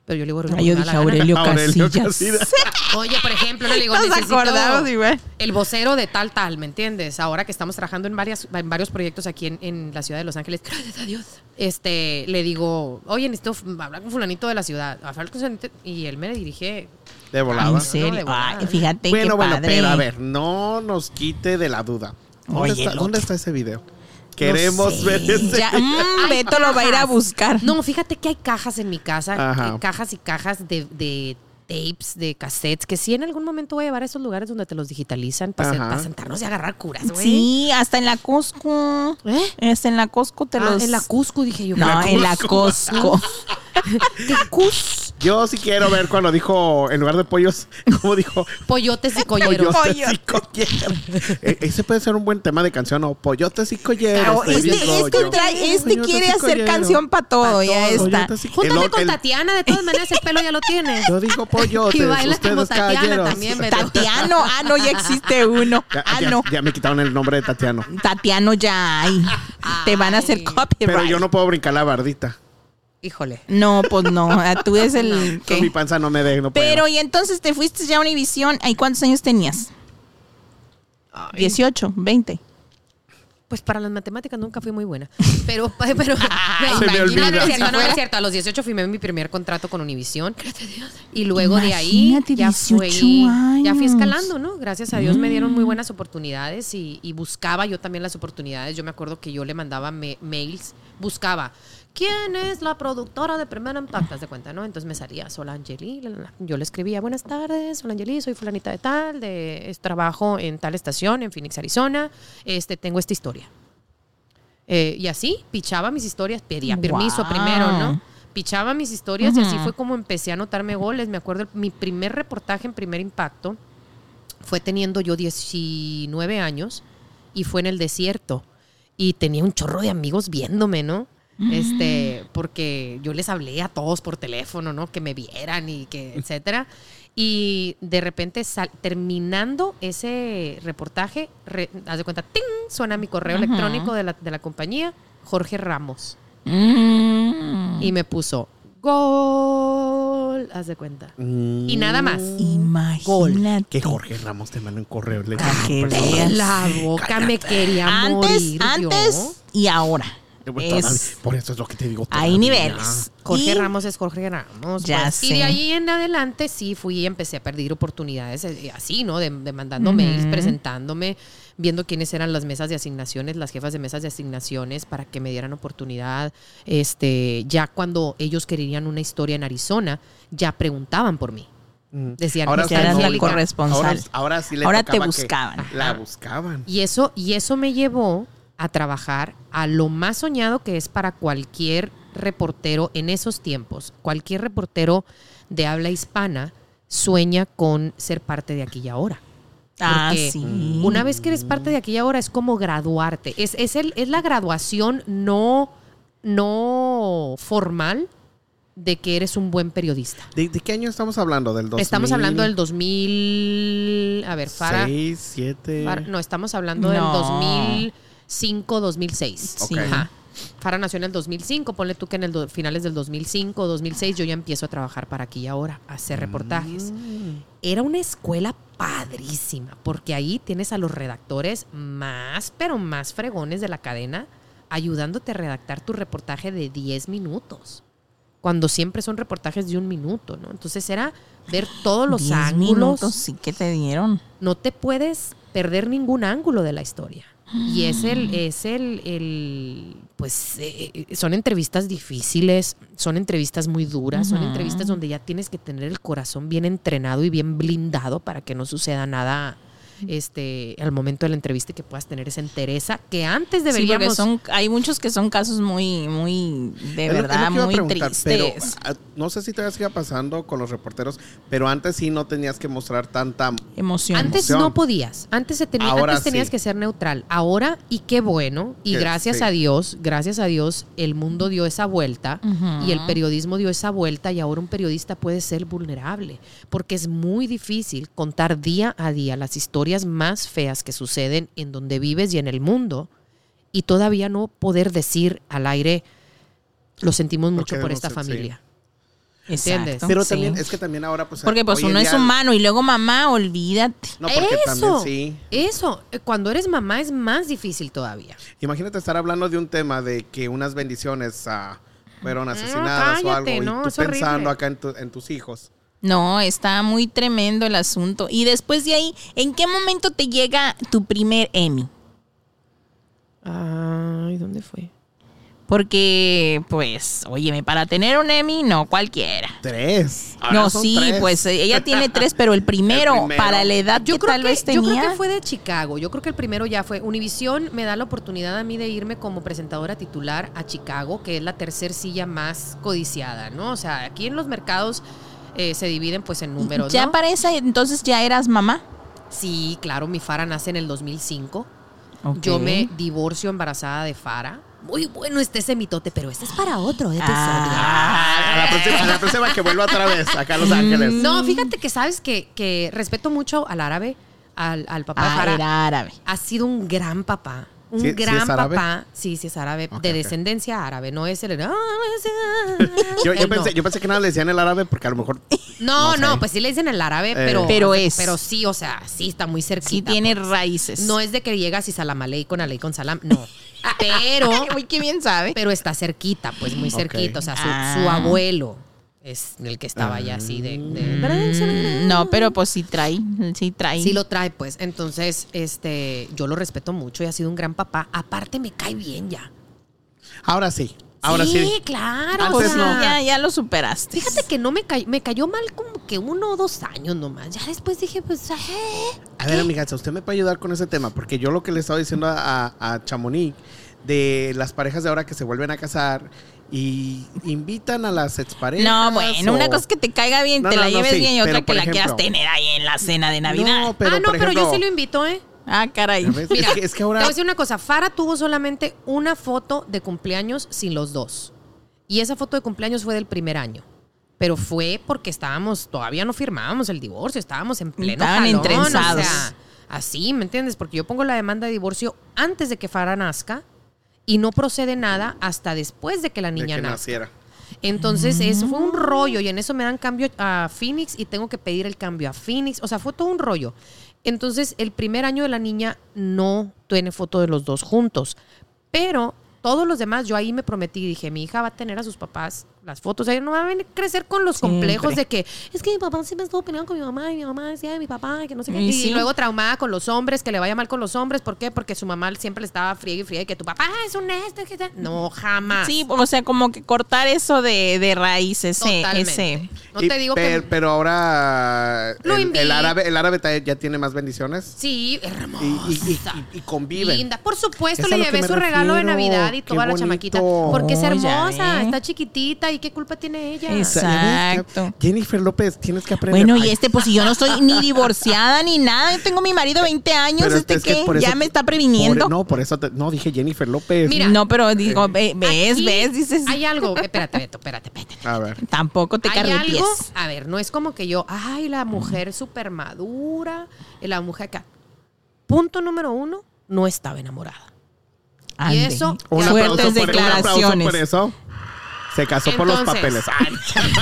[SPEAKER 4] pero yo le digo a Aurelio.
[SPEAKER 2] Ah, yo
[SPEAKER 4] me da
[SPEAKER 2] dije
[SPEAKER 4] la gana.
[SPEAKER 2] Aurelio
[SPEAKER 3] Aurelio
[SPEAKER 2] Casillas.
[SPEAKER 3] Casillas.
[SPEAKER 4] Oye, por ejemplo, le digo,
[SPEAKER 2] Nos
[SPEAKER 4] necesito
[SPEAKER 2] acordamos igual.
[SPEAKER 4] el vocero de tal, tal, ¿me entiendes? Ahora que estamos trabajando en, varias, en varios proyectos aquí en, en la ciudad de Los Ángeles, gracias a Dios, este, le digo, oye, necesito f- hablar con fulanito de la ciudad, hablar con fulanito, y él me dirige.
[SPEAKER 3] De
[SPEAKER 4] Ah,
[SPEAKER 3] volada.
[SPEAKER 2] En
[SPEAKER 4] no,
[SPEAKER 2] serio.
[SPEAKER 4] de volada.
[SPEAKER 2] Ay, fíjate
[SPEAKER 3] Bueno,
[SPEAKER 2] qué
[SPEAKER 3] bueno,
[SPEAKER 2] padre.
[SPEAKER 3] pero a ver, no nos quite de la duda. ¿Dónde,
[SPEAKER 2] Oye,
[SPEAKER 3] está,
[SPEAKER 2] el
[SPEAKER 3] dónde
[SPEAKER 2] otro.
[SPEAKER 3] está ese video? Queremos
[SPEAKER 2] No sé.
[SPEAKER 3] ver ese.
[SPEAKER 2] Ya, mm, Beto lo va a ir a buscar.
[SPEAKER 4] No, fíjate que hay cajas en mi casa,
[SPEAKER 3] Ajá.
[SPEAKER 4] eh, cajas y cajas de, de tapes, de cassettes, que sí en algún momento voy a llevar a esos lugares donde te los digitalizan para,
[SPEAKER 3] Ajá.
[SPEAKER 4] sentarnos y agarrar curas, güey.
[SPEAKER 2] Sí, hasta en la Costco.
[SPEAKER 4] ¿Eh?
[SPEAKER 2] Hasta en la Costco te
[SPEAKER 4] Ah,
[SPEAKER 2] los.
[SPEAKER 4] en la Cusco, dije yo.
[SPEAKER 2] No, en la Costco.
[SPEAKER 4] ¿Qué Cus?
[SPEAKER 3] Yo sí quiero ver cuando dijo, en lugar de pollos, ¿cómo dijo?
[SPEAKER 4] Pollotes y colleros.
[SPEAKER 3] Pollotes
[SPEAKER 2] Pollotes.
[SPEAKER 3] y colleros. E- ese puede ser un buen tema de canción, ¿no? Pollotes y colleros.
[SPEAKER 2] Oh,
[SPEAKER 3] te
[SPEAKER 2] este,
[SPEAKER 3] digo
[SPEAKER 2] este
[SPEAKER 3] yo.
[SPEAKER 2] trae- este
[SPEAKER 3] Pollotes y
[SPEAKER 2] quiere hacer
[SPEAKER 3] colleros.
[SPEAKER 2] canción para todo,
[SPEAKER 4] Pa'
[SPEAKER 2] ya
[SPEAKER 4] todo.
[SPEAKER 2] está.
[SPEAKER 3] Pollotes y-
[SPEAKER 4] Júntate
[SPEAKER 3] el o-
[SPEAKER 4] con
[SPEAKER 3] el-
[SPEAKER 4] Tatiana, de todas maneras el pelo ya lo tienes.
[SPEAKER 3] Yo digo pollotes,
[SPEAKER 4] Y baila
[SPEAKER 3] ustedes
[SPEAKER 4] como Tatiana
[SPEAKER 3] caballeros.
[SPEAKER 4] también, Beto.
[SPEAKER 2] Tatiano, ah, no, ya existe uno.
[SPEAKER 3] Ya,
[SPEAKER 2] Ah,
[SPEAKER 3] ya-
[SPEAKER 2] no.
[SPEAKER 3] ya me quitaron el nombre de Tatiano.
[SPEAKER 2] Tatiano ya hay. Te van a hacer
[SPEAKER 4] Ay.
[SPEAKER 2] copyright.
[SPEAKER 3] Pero yo no puedo brincar la bardita.
[SPEAKER 4] Híjole.
[SPEAKER 2] No, pues no. ah, Tú eres el
[SPEAKER 3] Con mi
[SPEAKER 2] que.
[SPEAKER 3] panza no me dejo. No puedo.
[SPEAKER 2] Pero, y entonces te fuiste ya a Univisión. ¿Ahí cuántos años tenías? 18, 20.
[SPEAKER 4] Pues para las matemáticas nunca fui muy buena. Pero, pero.
[SPEAKER 3] Se me olvida.
[SPEAKER 4] No, no es cierto,
[SPEAKER 2] Si
[SPEAKER 4] no, no
[SPEAKER 2] fuera.
[SPEAKER 4] es cierto. A los 18 firmé mi primer contrato con Univision. Y luego
[SPEAKER 2] Imagínate,
[SPEAKER 4] de ahí ya fue.
[SPEAKER 2] 18
[SPEAKER 4] Ya fui
[SPEAKER 2] años. Mm.
[SPEAKER 4] escalando, ¿no? Gracias a Dios me dieron muy buenas oportunidades y, y buscaba yo también las oportunidades. Yo me acuerdo que yo le mandaba me- mails, buscaba. ¿Quién es la productora de Primer Impacto? Haz de cuenta, ¿no? Entonces me salía Sol Angeli. la, la, la. Yo le escribía, buenas tardes, Sol Angeli, soy fulanita de tal, de, es- trabajo en tal estación, en Phoenix, Arizona. Este, tengo esta historia. Eh, y así pichaba mis historias, pedía permiso
[SPEAKER 2] Guau.
[SPEAKER 4] primero, ¿no? Pichaba mis historias y así
[SPEAKER 2] Ujú.
[SPEAKER 4] fue como empecé a anotarme goles. Me acuerdo, el- mi primer reportaje en primer impacto fue teniendo yo 19 años y fue en el desierto. Y tenía un chorro de amigos viéndome, ¿no? Este, porque yo les hablé a todos por teléfono, ¿no? Que me vieran y que, etcétera. Y de repente, sal- terminando ese reportaje, re- haz de cuenta, ¡ting! Suena mi correo
[SPEAKER 2] Ujú.
[SPEAKER 4] electrónico de la, de la compañía, Jorge Ramos.
[SPEAKER 2] Mm.
[SPEAKER 4] Y me puso, ¡Gol! gol, haz de cuenta.
[SPEAKER 3] Mm.
[SPEAKER 4] Y nada más.
[SPEAKER 2] Imagínate.
[SPEAKER 3] Que Jorge Ramos te manda un correo. Le
[SPEAKER 2] Para que veas.
[SPEAKER 4] La boca me quería
[SPEAKER 2] Antes,
[SPEAKER 4] morir. yo.
[SPEAKER 2] antes y ahora. Es-
[SPEAKER 3] Por eso es lo que te digo.
[SPEAKER 2] hay
[SPEAKER 3] todavía.
[SPEAKER 2] niveles.
[SPEAKER 4] Jorge
[SPEAKER 2] Y-
[SPEAKER 4] Ramos es Jorge Ramos.
[SPEAKER 2] Ya
[SPEAKER 4] pues. Y
[SPEAKER 2] sé.
[SPEAKER 4] de ahí en adelante sí fui y empecé a perder oportunidades eh, así, ¿no? De, de mandando mails, presentándome, viendo quiénes eran las mesas de asignaciones, las jefas de mesas de asignaciones para que me dieran oportunidad. Este, ya cuando ellos querían una historia en Arizona, ya preguntaban por mí.
[SPEAKER 3] Mm.
[SPEAKER 4] Decían,
[SPEAKER 2] Ahora
[SPEAKER 4] "Nos
[SPEAKER 2] que eras la
[SPEAKER 4] Angélica".
[SPEAKER 2] corresponsal.
[SPEAKER 3] Ahora, ahora sí le
[SPEAKER 2] Ahora te
[SPEAKER 3] tocaba que
[SPEAKER 2] buscaban.
[SPEAKER 3] La
[SPEAKER 4] Ajá.
[SPEAKER 3] buscaban.
[SPEAKER 4] Y eso, y eso me llevó a trabajar a lo más soñado que es para cualquier reportero en esos tiempos. Cualquier reportero de habla hispana sueña con ser parte de aquí y ahora.
[SPEAKER 2] Ah,
[SPEAKER 4] Porque
[SPEAKER 2] sí.
[SPEAKER 4] Una vez que eres parte de aquí y ahora es como graduarte. Es, es, el, es la graduación no, no formal de que eres un buen periodista.
[SPEAKER 3] ¿De, de qué año estamos hablando? Del 2000.
[SPEAKER 4] Estamos hablando del 2000... A ver, Farah.
[SPEAKER 3] 6, 7.
[SPEAKER 4] Fara- no, estamos hablando
[SPEAKER 2] No.
[SPEAKER 4] del 2005, 2006.
[SPEAKER 2] Sí.
[SPEAKER 4] Ajá. Fara nació en el 2005, ponle tú que en el do- finales del 2005, 2006 yo ya empiezo a trabajar para aquí y ahora, a hacer reportajes.
[SPEAKER 2] Mm.
[SPEAKER 4] Era una escuela padrísima, porque ahí tienes a los redactores más, pero más fregones de la cadena, ayudándote a redactar tu reportaje de 10 minutos, cuando siempre son reportajes de un minuto, ¿no? Entonces era ver todos los
[SPEAKER 2] Diez
[SPEAKER 4] ángulos
[SPEAKER 2] minutos sí que te dieron.
[SPEAKER 4] no te puedes perder ningún ángulo de la historia. Y es
[SPEAKER 2] Mm.
[SPEAKER 4] el, es el, el- pues eh, eh, son entrevistas difíciles, son entrevistas muy duras, son
[SPEAKER 2] Ujú.
[SPEAKER 4] entrevistas donde ya tienes que tener el corazón bien entrenado y bien blindado para que no suceda nada este al momento de la entrevista y que puedas tener esa entereza que antes
[SPEAKER 2] Sí, porque
[SPEAKER 4] deberíamos
[SPEAKER 2] son, hay muchos que son casos muy, muy, de
[SPEAKER 3] Es lo- es lo
[SPEAKER 2] verdad,
[SPEAKER 3] que iba a
[SPEAKER 2] muy
[SPEAKER 3] preguntar,
[SPEAKER 2] tristes.
[SPEAKER 3] pero, ah, no sé si todavía siga pasando con los reporteros, pero antes sí no tenías que mostrar tanta.
[SPEAKER 2] Emociones.
[SPEAKER 4] Antes
[SPEAKER 3] emoción.
[SPEAKER 4] no podías, antes, se tenía,
[SPEAKER 3] Ahora
[SPEAKER 4] antes tenías
[SPEAKER 3] sí.
[SPEAKER 4] que ser neutral, ahora y qué bueno, y
[SPEAKER 3] Que
[SPEAKER 4] gracias
[SPEAKER 3] sí.
[SPEAKER 4] a Dios, gracias a Dios, el mundo dio esa vuelta
[SPEAKER 2] Ujú.
[SPEAKER 4] y el periodismo dio esa vuelta y ahora un periodista puede ser vulnerable, porque es muy difícil contar día a día las historias más feas que suceden en donde vives y en el mundo y todavía no poder decir al aire, lo sentimos mucho
[SPEAKER 3] que
[SPEAKER 4] por
[SPEAKER 3] no
[SPEAKER 4] esta
[SPEAKER 3] sé, sí.
[SPEAKER 4] familia.
[SPEAKER 2] Exacto,
[SPEAKER 4] ¿entiendes?
[SPEAKER 3] Pero
[SPEAKER 2] sí.
[SPEAKER 3] también, es que también ahora, pues.
[SPEAKER 2] Porque pues
[SPEAKER 3] hoy en
[SPEAKER 2] uno es
[SPEAKER 3] día-
[SPEAKER 2] humano y luego mamá, olvídate.
[SPEAKER 3] No, porque
[SPEAKER 4] eso,
[SPEAKER 3] también sí.
[SPEAKER 4] eso, eh, cuando eres mamá es más difícil todavía.
[SPEAKER 3] Imagínate estar hablando de un tema de que unas bendiciones ah, fueron asesinadas o
[SPEAKER 4] cállate,
[SPEAKER 3] algo
[SPEAKER 4] no,
[SPEAKER 3] y tú
[SPEAKER 4] es horrible.
[SPEAKER 3] pensando acá en, tu- en tus hijos.
[SPEAKER 2] No, está muy tremendo el asunto. Y después de ahí, ¿en qué momento te llega tu primer Emmy?
[SPEAKER 4] Ay, ¿dónde fue?
[SPEAKER 2] Porque, pues, óyeme, para tener un Emmy, no cualquiera.
[SPEAKER 3] Tres.
[SPEAKER 2] no, sí, pues eh, ella tiene tres, pero el primero,
[SPEAKER 3] El primero.
[SPEAKER 2] para la edad
[SPEAKER 4] Yo
[SPEAKER 2] que
[SPEAKER 4] creo
[SPEAKER 2] tal
[SPEAKER 4] que,
[SPEAKER 2] vez
[SPEAKER 4] yo creo
[SPEAKER 2] tenía.
[SPEAKER 4] que fue de Chicago. Yo creo que el primero ya fue. Univisión me da la oportunidad a mí de irme como presentadora titular a Chicago, que es la tercer silla más codiciada, ¿no? O sea, aquí en los mercados eh, se dividen pues en números,
[SPEAKER 2] ya
[SPEAKER 4] ¿no?
[SPEAKER 2] para esa, entonces ya eras mamá.
[SPEAKER 4] Sí, claro, mi Fara nace en el 2005.
[SPEAKER 2] Ok.
[SPEAKER 4] Yo me divorcio embarazada de Fara. Muy bueno este semitote, pero este es para otro episodio.
[SPEAKER 2] Ah.
[SPEAKER 3] A la, próxima, a la próxima que vuelva otra vez acá a Los Ángeles.
[SPEAKER 4] No, fíjate que sabes que, que respeto mucho al árabe, al, al papá de
[SPEAKER 2] Ah,
[SPEAKER 4] Farah.
[SPEAKER 2] era árabe.
[SPEAKER 4] ha sido un gran papá. Un
[SPEAKER 3] ¿Sí- sí
[SPEAKER 4] gran
[SPEAKER 3] es árabe?
[SPEAKER 4] papá. Sí, sí es árabe.
[SPEAKER 3] Ok,
[SPEAKER 4] de
[SPEAKER 3] ok.
[SPEAKER 4] descendencia árabe. No es el.
[SPEAKER 3] Yo, yo
[SPEAKER 4] Él pues no.
[SPEAKER 3] pensé, yo pensé que nada le decían el árabe porque a lo mejor.
[SPEAKER 4] No,
[SPEAKER 3] no sé. Eh,
[SPEAKER 4] no, pues sí le dicen el árabe, pero.
[SPEAKER 2] pero es.
[SPEAKER 4] Pero sí, o sea, sí está muy cerquita.
[SPEAKER 2] Sí tiene
[SPEAKER 4] pues.
[SPEAKER 2] raíces.
[SPEAKER 4] No es de que llegas y salam aleikum, aleikum salam. No. Pero.
[SPEAKER 2] Uy, qué bien sabe.
[SPEAKER 4] Pero está cerquita, pues muy
[SPEAKER 3] Ok.
[SPEAKER 4] cerquita. O sea, su,
[SPEAKER 2] Ah.
[SPEAKER 4] su abuelo es el que estaba allá así de. de-
[SPEAKER 2] Mm, no, pero pues sí trae, sí trae. Ah,
[SPEAKER 4] Sí lo trae, pues. Entonces, este, yo lo respeto mucho y ha sido un gran papá. Aparte, me cae bien ya.
[SPEAKER 3] Ahora sí. Ahora sí.
[SPEAKER 4] claro.
[SPEAKER 3] Antes
[SPEAKER 4] o sea,
[SPEAKER 3] no.
[SPEAKER 2] pues ya, ya lo superaste.
[SPEAKER 4] Fíjate que no me cayó, me cayó mal como que uno o dos años nomás. Ya después dije, pues, eh.
[SPEAKER 3] A ver, amigas, ¿usted me puede ayudar con ese tema? Porque yo lo que le estaba diciendo a, a, a Chamonix de las parejas de ahora que se vuelven a casar y invitan a las exparejas.
[SPEAKER 2] No, bueno,
[SPEAKER 3] o-
[SPEAKER 2] una cosa es que te caiga bien,
[SPEAKER 3] No,
[SPEAKER 2] te
[SPEAKER 3] no,
[SPEAKER 2] la
[SPEAKER 3] no,
[SPEAKER 2] lleves
[SPEAKER 3] sí,
[SPEAKER 2] bien y otra
[SPEAKER 3] pero,
[SPEAKER 2] que
[SPEAKER 3] por
[SPEAKER 2] la quieras
[SPEAKER 3] ejemplo-
[SPEAKER 2] tener ahí en la cena de Navidad.
[SPEAKER 3] No, pero,
[SPEAKER 4] ah, no,
[SPEAKER 3] por
[SPEAKER 4] pero yo
[SPEAKER 3] ejemplo,
[SPEAKER 4] sí lo invito, ¿eh?
[SPEAKER 2] Ah, caray.
[SPEAKER 3] ¿ya ves?
[SPEAKER 4] Mira,
[SPEAKER 3] es, que, es que
[SPEAKER 4] Te
[SPEAKER 3] ahora.
[SPEAKER 4] voy a decir una cosa. Farah tuvo solamente una foto de cumpleaños sin los dos. Y esa foto de cumpleaños fue del primer año. Pero fue porque estábamos, todavía no firmábamos el divorcio, estábamos en pleno
[SPEAKER 2] Estaban
[SPEAKER 4] jalón,
[SPEAKER 2] entrenzados.
[SPEAKER 4] O sea, así, ¿me entiendes? Porque yo pongo la demanda de divorcio antes de que Farah nazca y no procede nada hasta después de que la
[SPEAKER 3] de
[SPEAKER 4] niña
[SPEAKER 3] que
[SPEAKER 4] nazca.
[SPEAKER 3] naciera.
[SPEAKER 4] Entonces, eso
[SPEAKER 2] Mm.
[SPEAKER 4] fue un rollo y en eso me dan cambio a Phoenix y tengo que pedir el cambio a Phoenix. O sea, fue todo un rollo. Entonces, el primer año de la niña no tiene foto de los dos juntos, pero todos los demás, yo ahí me prometí, dije, mi hija va a tener a sus papás las fotos, ella no va a venir a crecer con los complejos de que es que mi papá siempre estuvo peleando con mi mamá y mi mamá decía de mi papá, que no sé qué.
[SPEAKER 2] Y
[SPEAKER 4] Y,
[SPEAKER 2] sí.
[SPEAKER 4] luego traumada con los hombres, que le vaya mal con los hombres, ¿por qué? Porque su mamá siempre le estaba friegue y friegue que tu papá es un este, que tal. No, jamás.
[SPEAKER 2] Sí, o sea, como que cortar eso de, de raíz, ese,
[SPEAKER 4] Totalmente.
[SPEAKER 2] ese.
[SPEAKER 4] No
[SPEAKER 3] Y
[SPEAKER 4] te digo
[SPEAKER 3] per-
[SPEAKER 4] que...
[SPEAKER 3] Pero ahora
[SPEAKER 4] Lo
[SPEAKER 3] el,
[SPEAKER 4] invito.
[SPEAKER 3] el árabe, el árabe ta- ya tiene más bendiciones
[SPEAKER 4] Sí, hermosa.
[SPEAKER 3] y, y, y- y- y conviven.
[SPEAKER 4] Linda. Por supuesto,
[SPEAKER 3] Es a
[SPEAKER 4] le
[SPEAKER 3] lo que
[SPEAKER 4] llevé
[SPEAKER 3] me
[SPEAKER 4] su regalo de
[SPEAKER 3] refiero.
[SPEAKER 4] Navidad y
[SPEAKER 3] Qué
[SPEAKER 4] toda la
[SPEAKER 3] bonito.
[SPEAKER 4] chamaquita. Porque es
[SPEAKER 2] Oh, ya
[SPEAKER 4] hermosa,
[SPEAKER 2] ve.
[SPEAKER 4] está chiquitita y qué culpa tiene ella.
[SPEAKER 3] O sea, ya ves que-
[SPEAKER 2] Exacto.
[SPEAKER 3] Jennifer López, tienes que aprender.
[SPEAKER 2] Bueno, y
[SPEAKER 3] Ay,
[SPEAKER 2] este, pues si yo no estoy ni divorciada ni nada, yo tengo mi marido 20 años,
[SPEAKER 3] pero
[SPEAKER 2] este
[SPEAKER 3] es que
[SPEAKER 2] que
[SPEAKER 3] por
[SPEAKER 2] ya
[SPEAKER 3] eso-
[SPEAKER 2] me está previniendo.
[SPEAKER 3] por- e-, no, por eso te- no dije Jennifer López.
[SPEAKER 4] Mira, eh,
[SPEAKER 2] no, pero digo, ve- ves,
[SPEAKER 4] Aquí
[SPEAKER 2] ves, dices,
[SPEAKER 4] Hay algo. Espérate, Beto, espérate, espérate.
[SPEAKER 3] A ver.
[SPEAKER 2] tampoco te
[SPEAKER 4] Hay
[SPEAKER 2] carretees.
[SPEAKER 4] algo. A ver, no es como que yo, ay, la mujer súper madura, la mujer acá. Punto número uno, no estaba enamorada.
[SPEAKER 2] Ande.
[SPEAKER 4] eso-
[SPEAKER 3] Un
[SPEAKER 4] Ya.
[SPEAKER 2] fuertes
[SPEAKER 3] aplauso por, un aplauso
[SPEAKER 2] declaraciones.
[SPEAKER 3] por eso. Se casó por los papeles.
[SPEAKER 4] Entonces,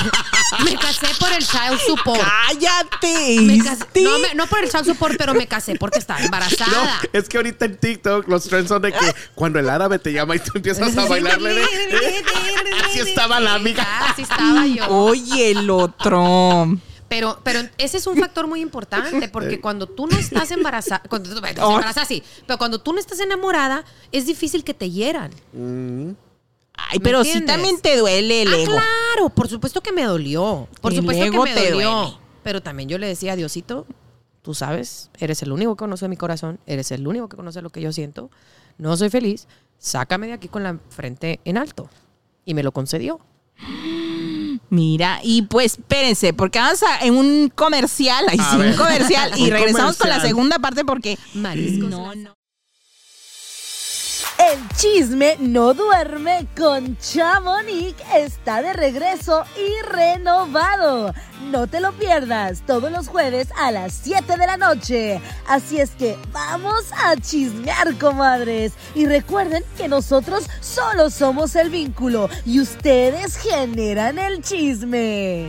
[SPEAKER 4] Me casé por el child support.
[SPEAKER 2] Cállate.
[SPEAKER 4] Ah, Me casé-
[SPEAKER 2] Isti.
[SPEAKER 4] no, me- no por el child support, pero me casé porque estaba
[SPEAKER 3] No,
[SPEAKER 4] embarazada.
[SPEAKER 3] es que ahorita en TikTok los trends son de que cuando el árabe te llama y tú empiezas a bailarle. de- Así estaba la amiga.
[SPEAKER 4] Ah, Así estaba yo.
[SPEAKER 2] Oye, el otro.
[SPEAKER 4] Pero, pero ese es un factor muy importante,
[SPEAKER 2] Eh.
[SPEAKER 4] porque cuando tú no estás embarazada, cuando tú estás embarazada, sí, pero cuando tú no estás enamorada, es difícil que te hieran.
[SPEAKER 3] Mm.
[SPEAKER 2] Ay,
[SPEAKER 4] ¿Me
[SPEAKER 2] pero sí
[SPEAKER 4] entiendes?
[SPEAKER 2] también te duele el
[SPEAKER 4] ah,
[SPEAKER 2] ego.
[SPEAKER 4] claro, por supuesto que me dolió. Por
[SPEAKER 2] El
[SPEAKER 4] supuesto que
[SPEAKER 2] ego
[SPEAKER 4] me
[SPEAKER 2] te
[SPEAKER 4] dolió.
[SPEAKER 2] duele.
[SPEAKER 4] Pero también yo le decía, Diosito, tú sabes, eres el único que conoce mi corazón, eres el único que conoce lo que yo siento, no soy feliz, sácame de aquí con la frente en alto. Y me lo concedió.
[SPEAKER 2] Mira, y pues espérense, porque vamos a, en un comercial, ahí
[SPEAKER 3] A
[SPEAKER 2] sí, un
[SPEAKER 3] ver.
[SPEAKER 2] comercial, y
[SPEAKER 3] Un
[SPEAKER 2] regresamos con la
[SPEAKER 3] comercial.
[SPEAKER 2] segunda parte porque.
[SPEAKER 4] Mariscos.
[SPEAKER 2] No, no.
[SPEAKER 1] El chisme no duerme con Chamonix está de regreso y renovado. No te lo pierdas todos los jueves a las 7 de la noche. Así es que vamos a chismear, comadres. Y recuerden que nosotros solo somos el vínculo y ustedes generan el chisme.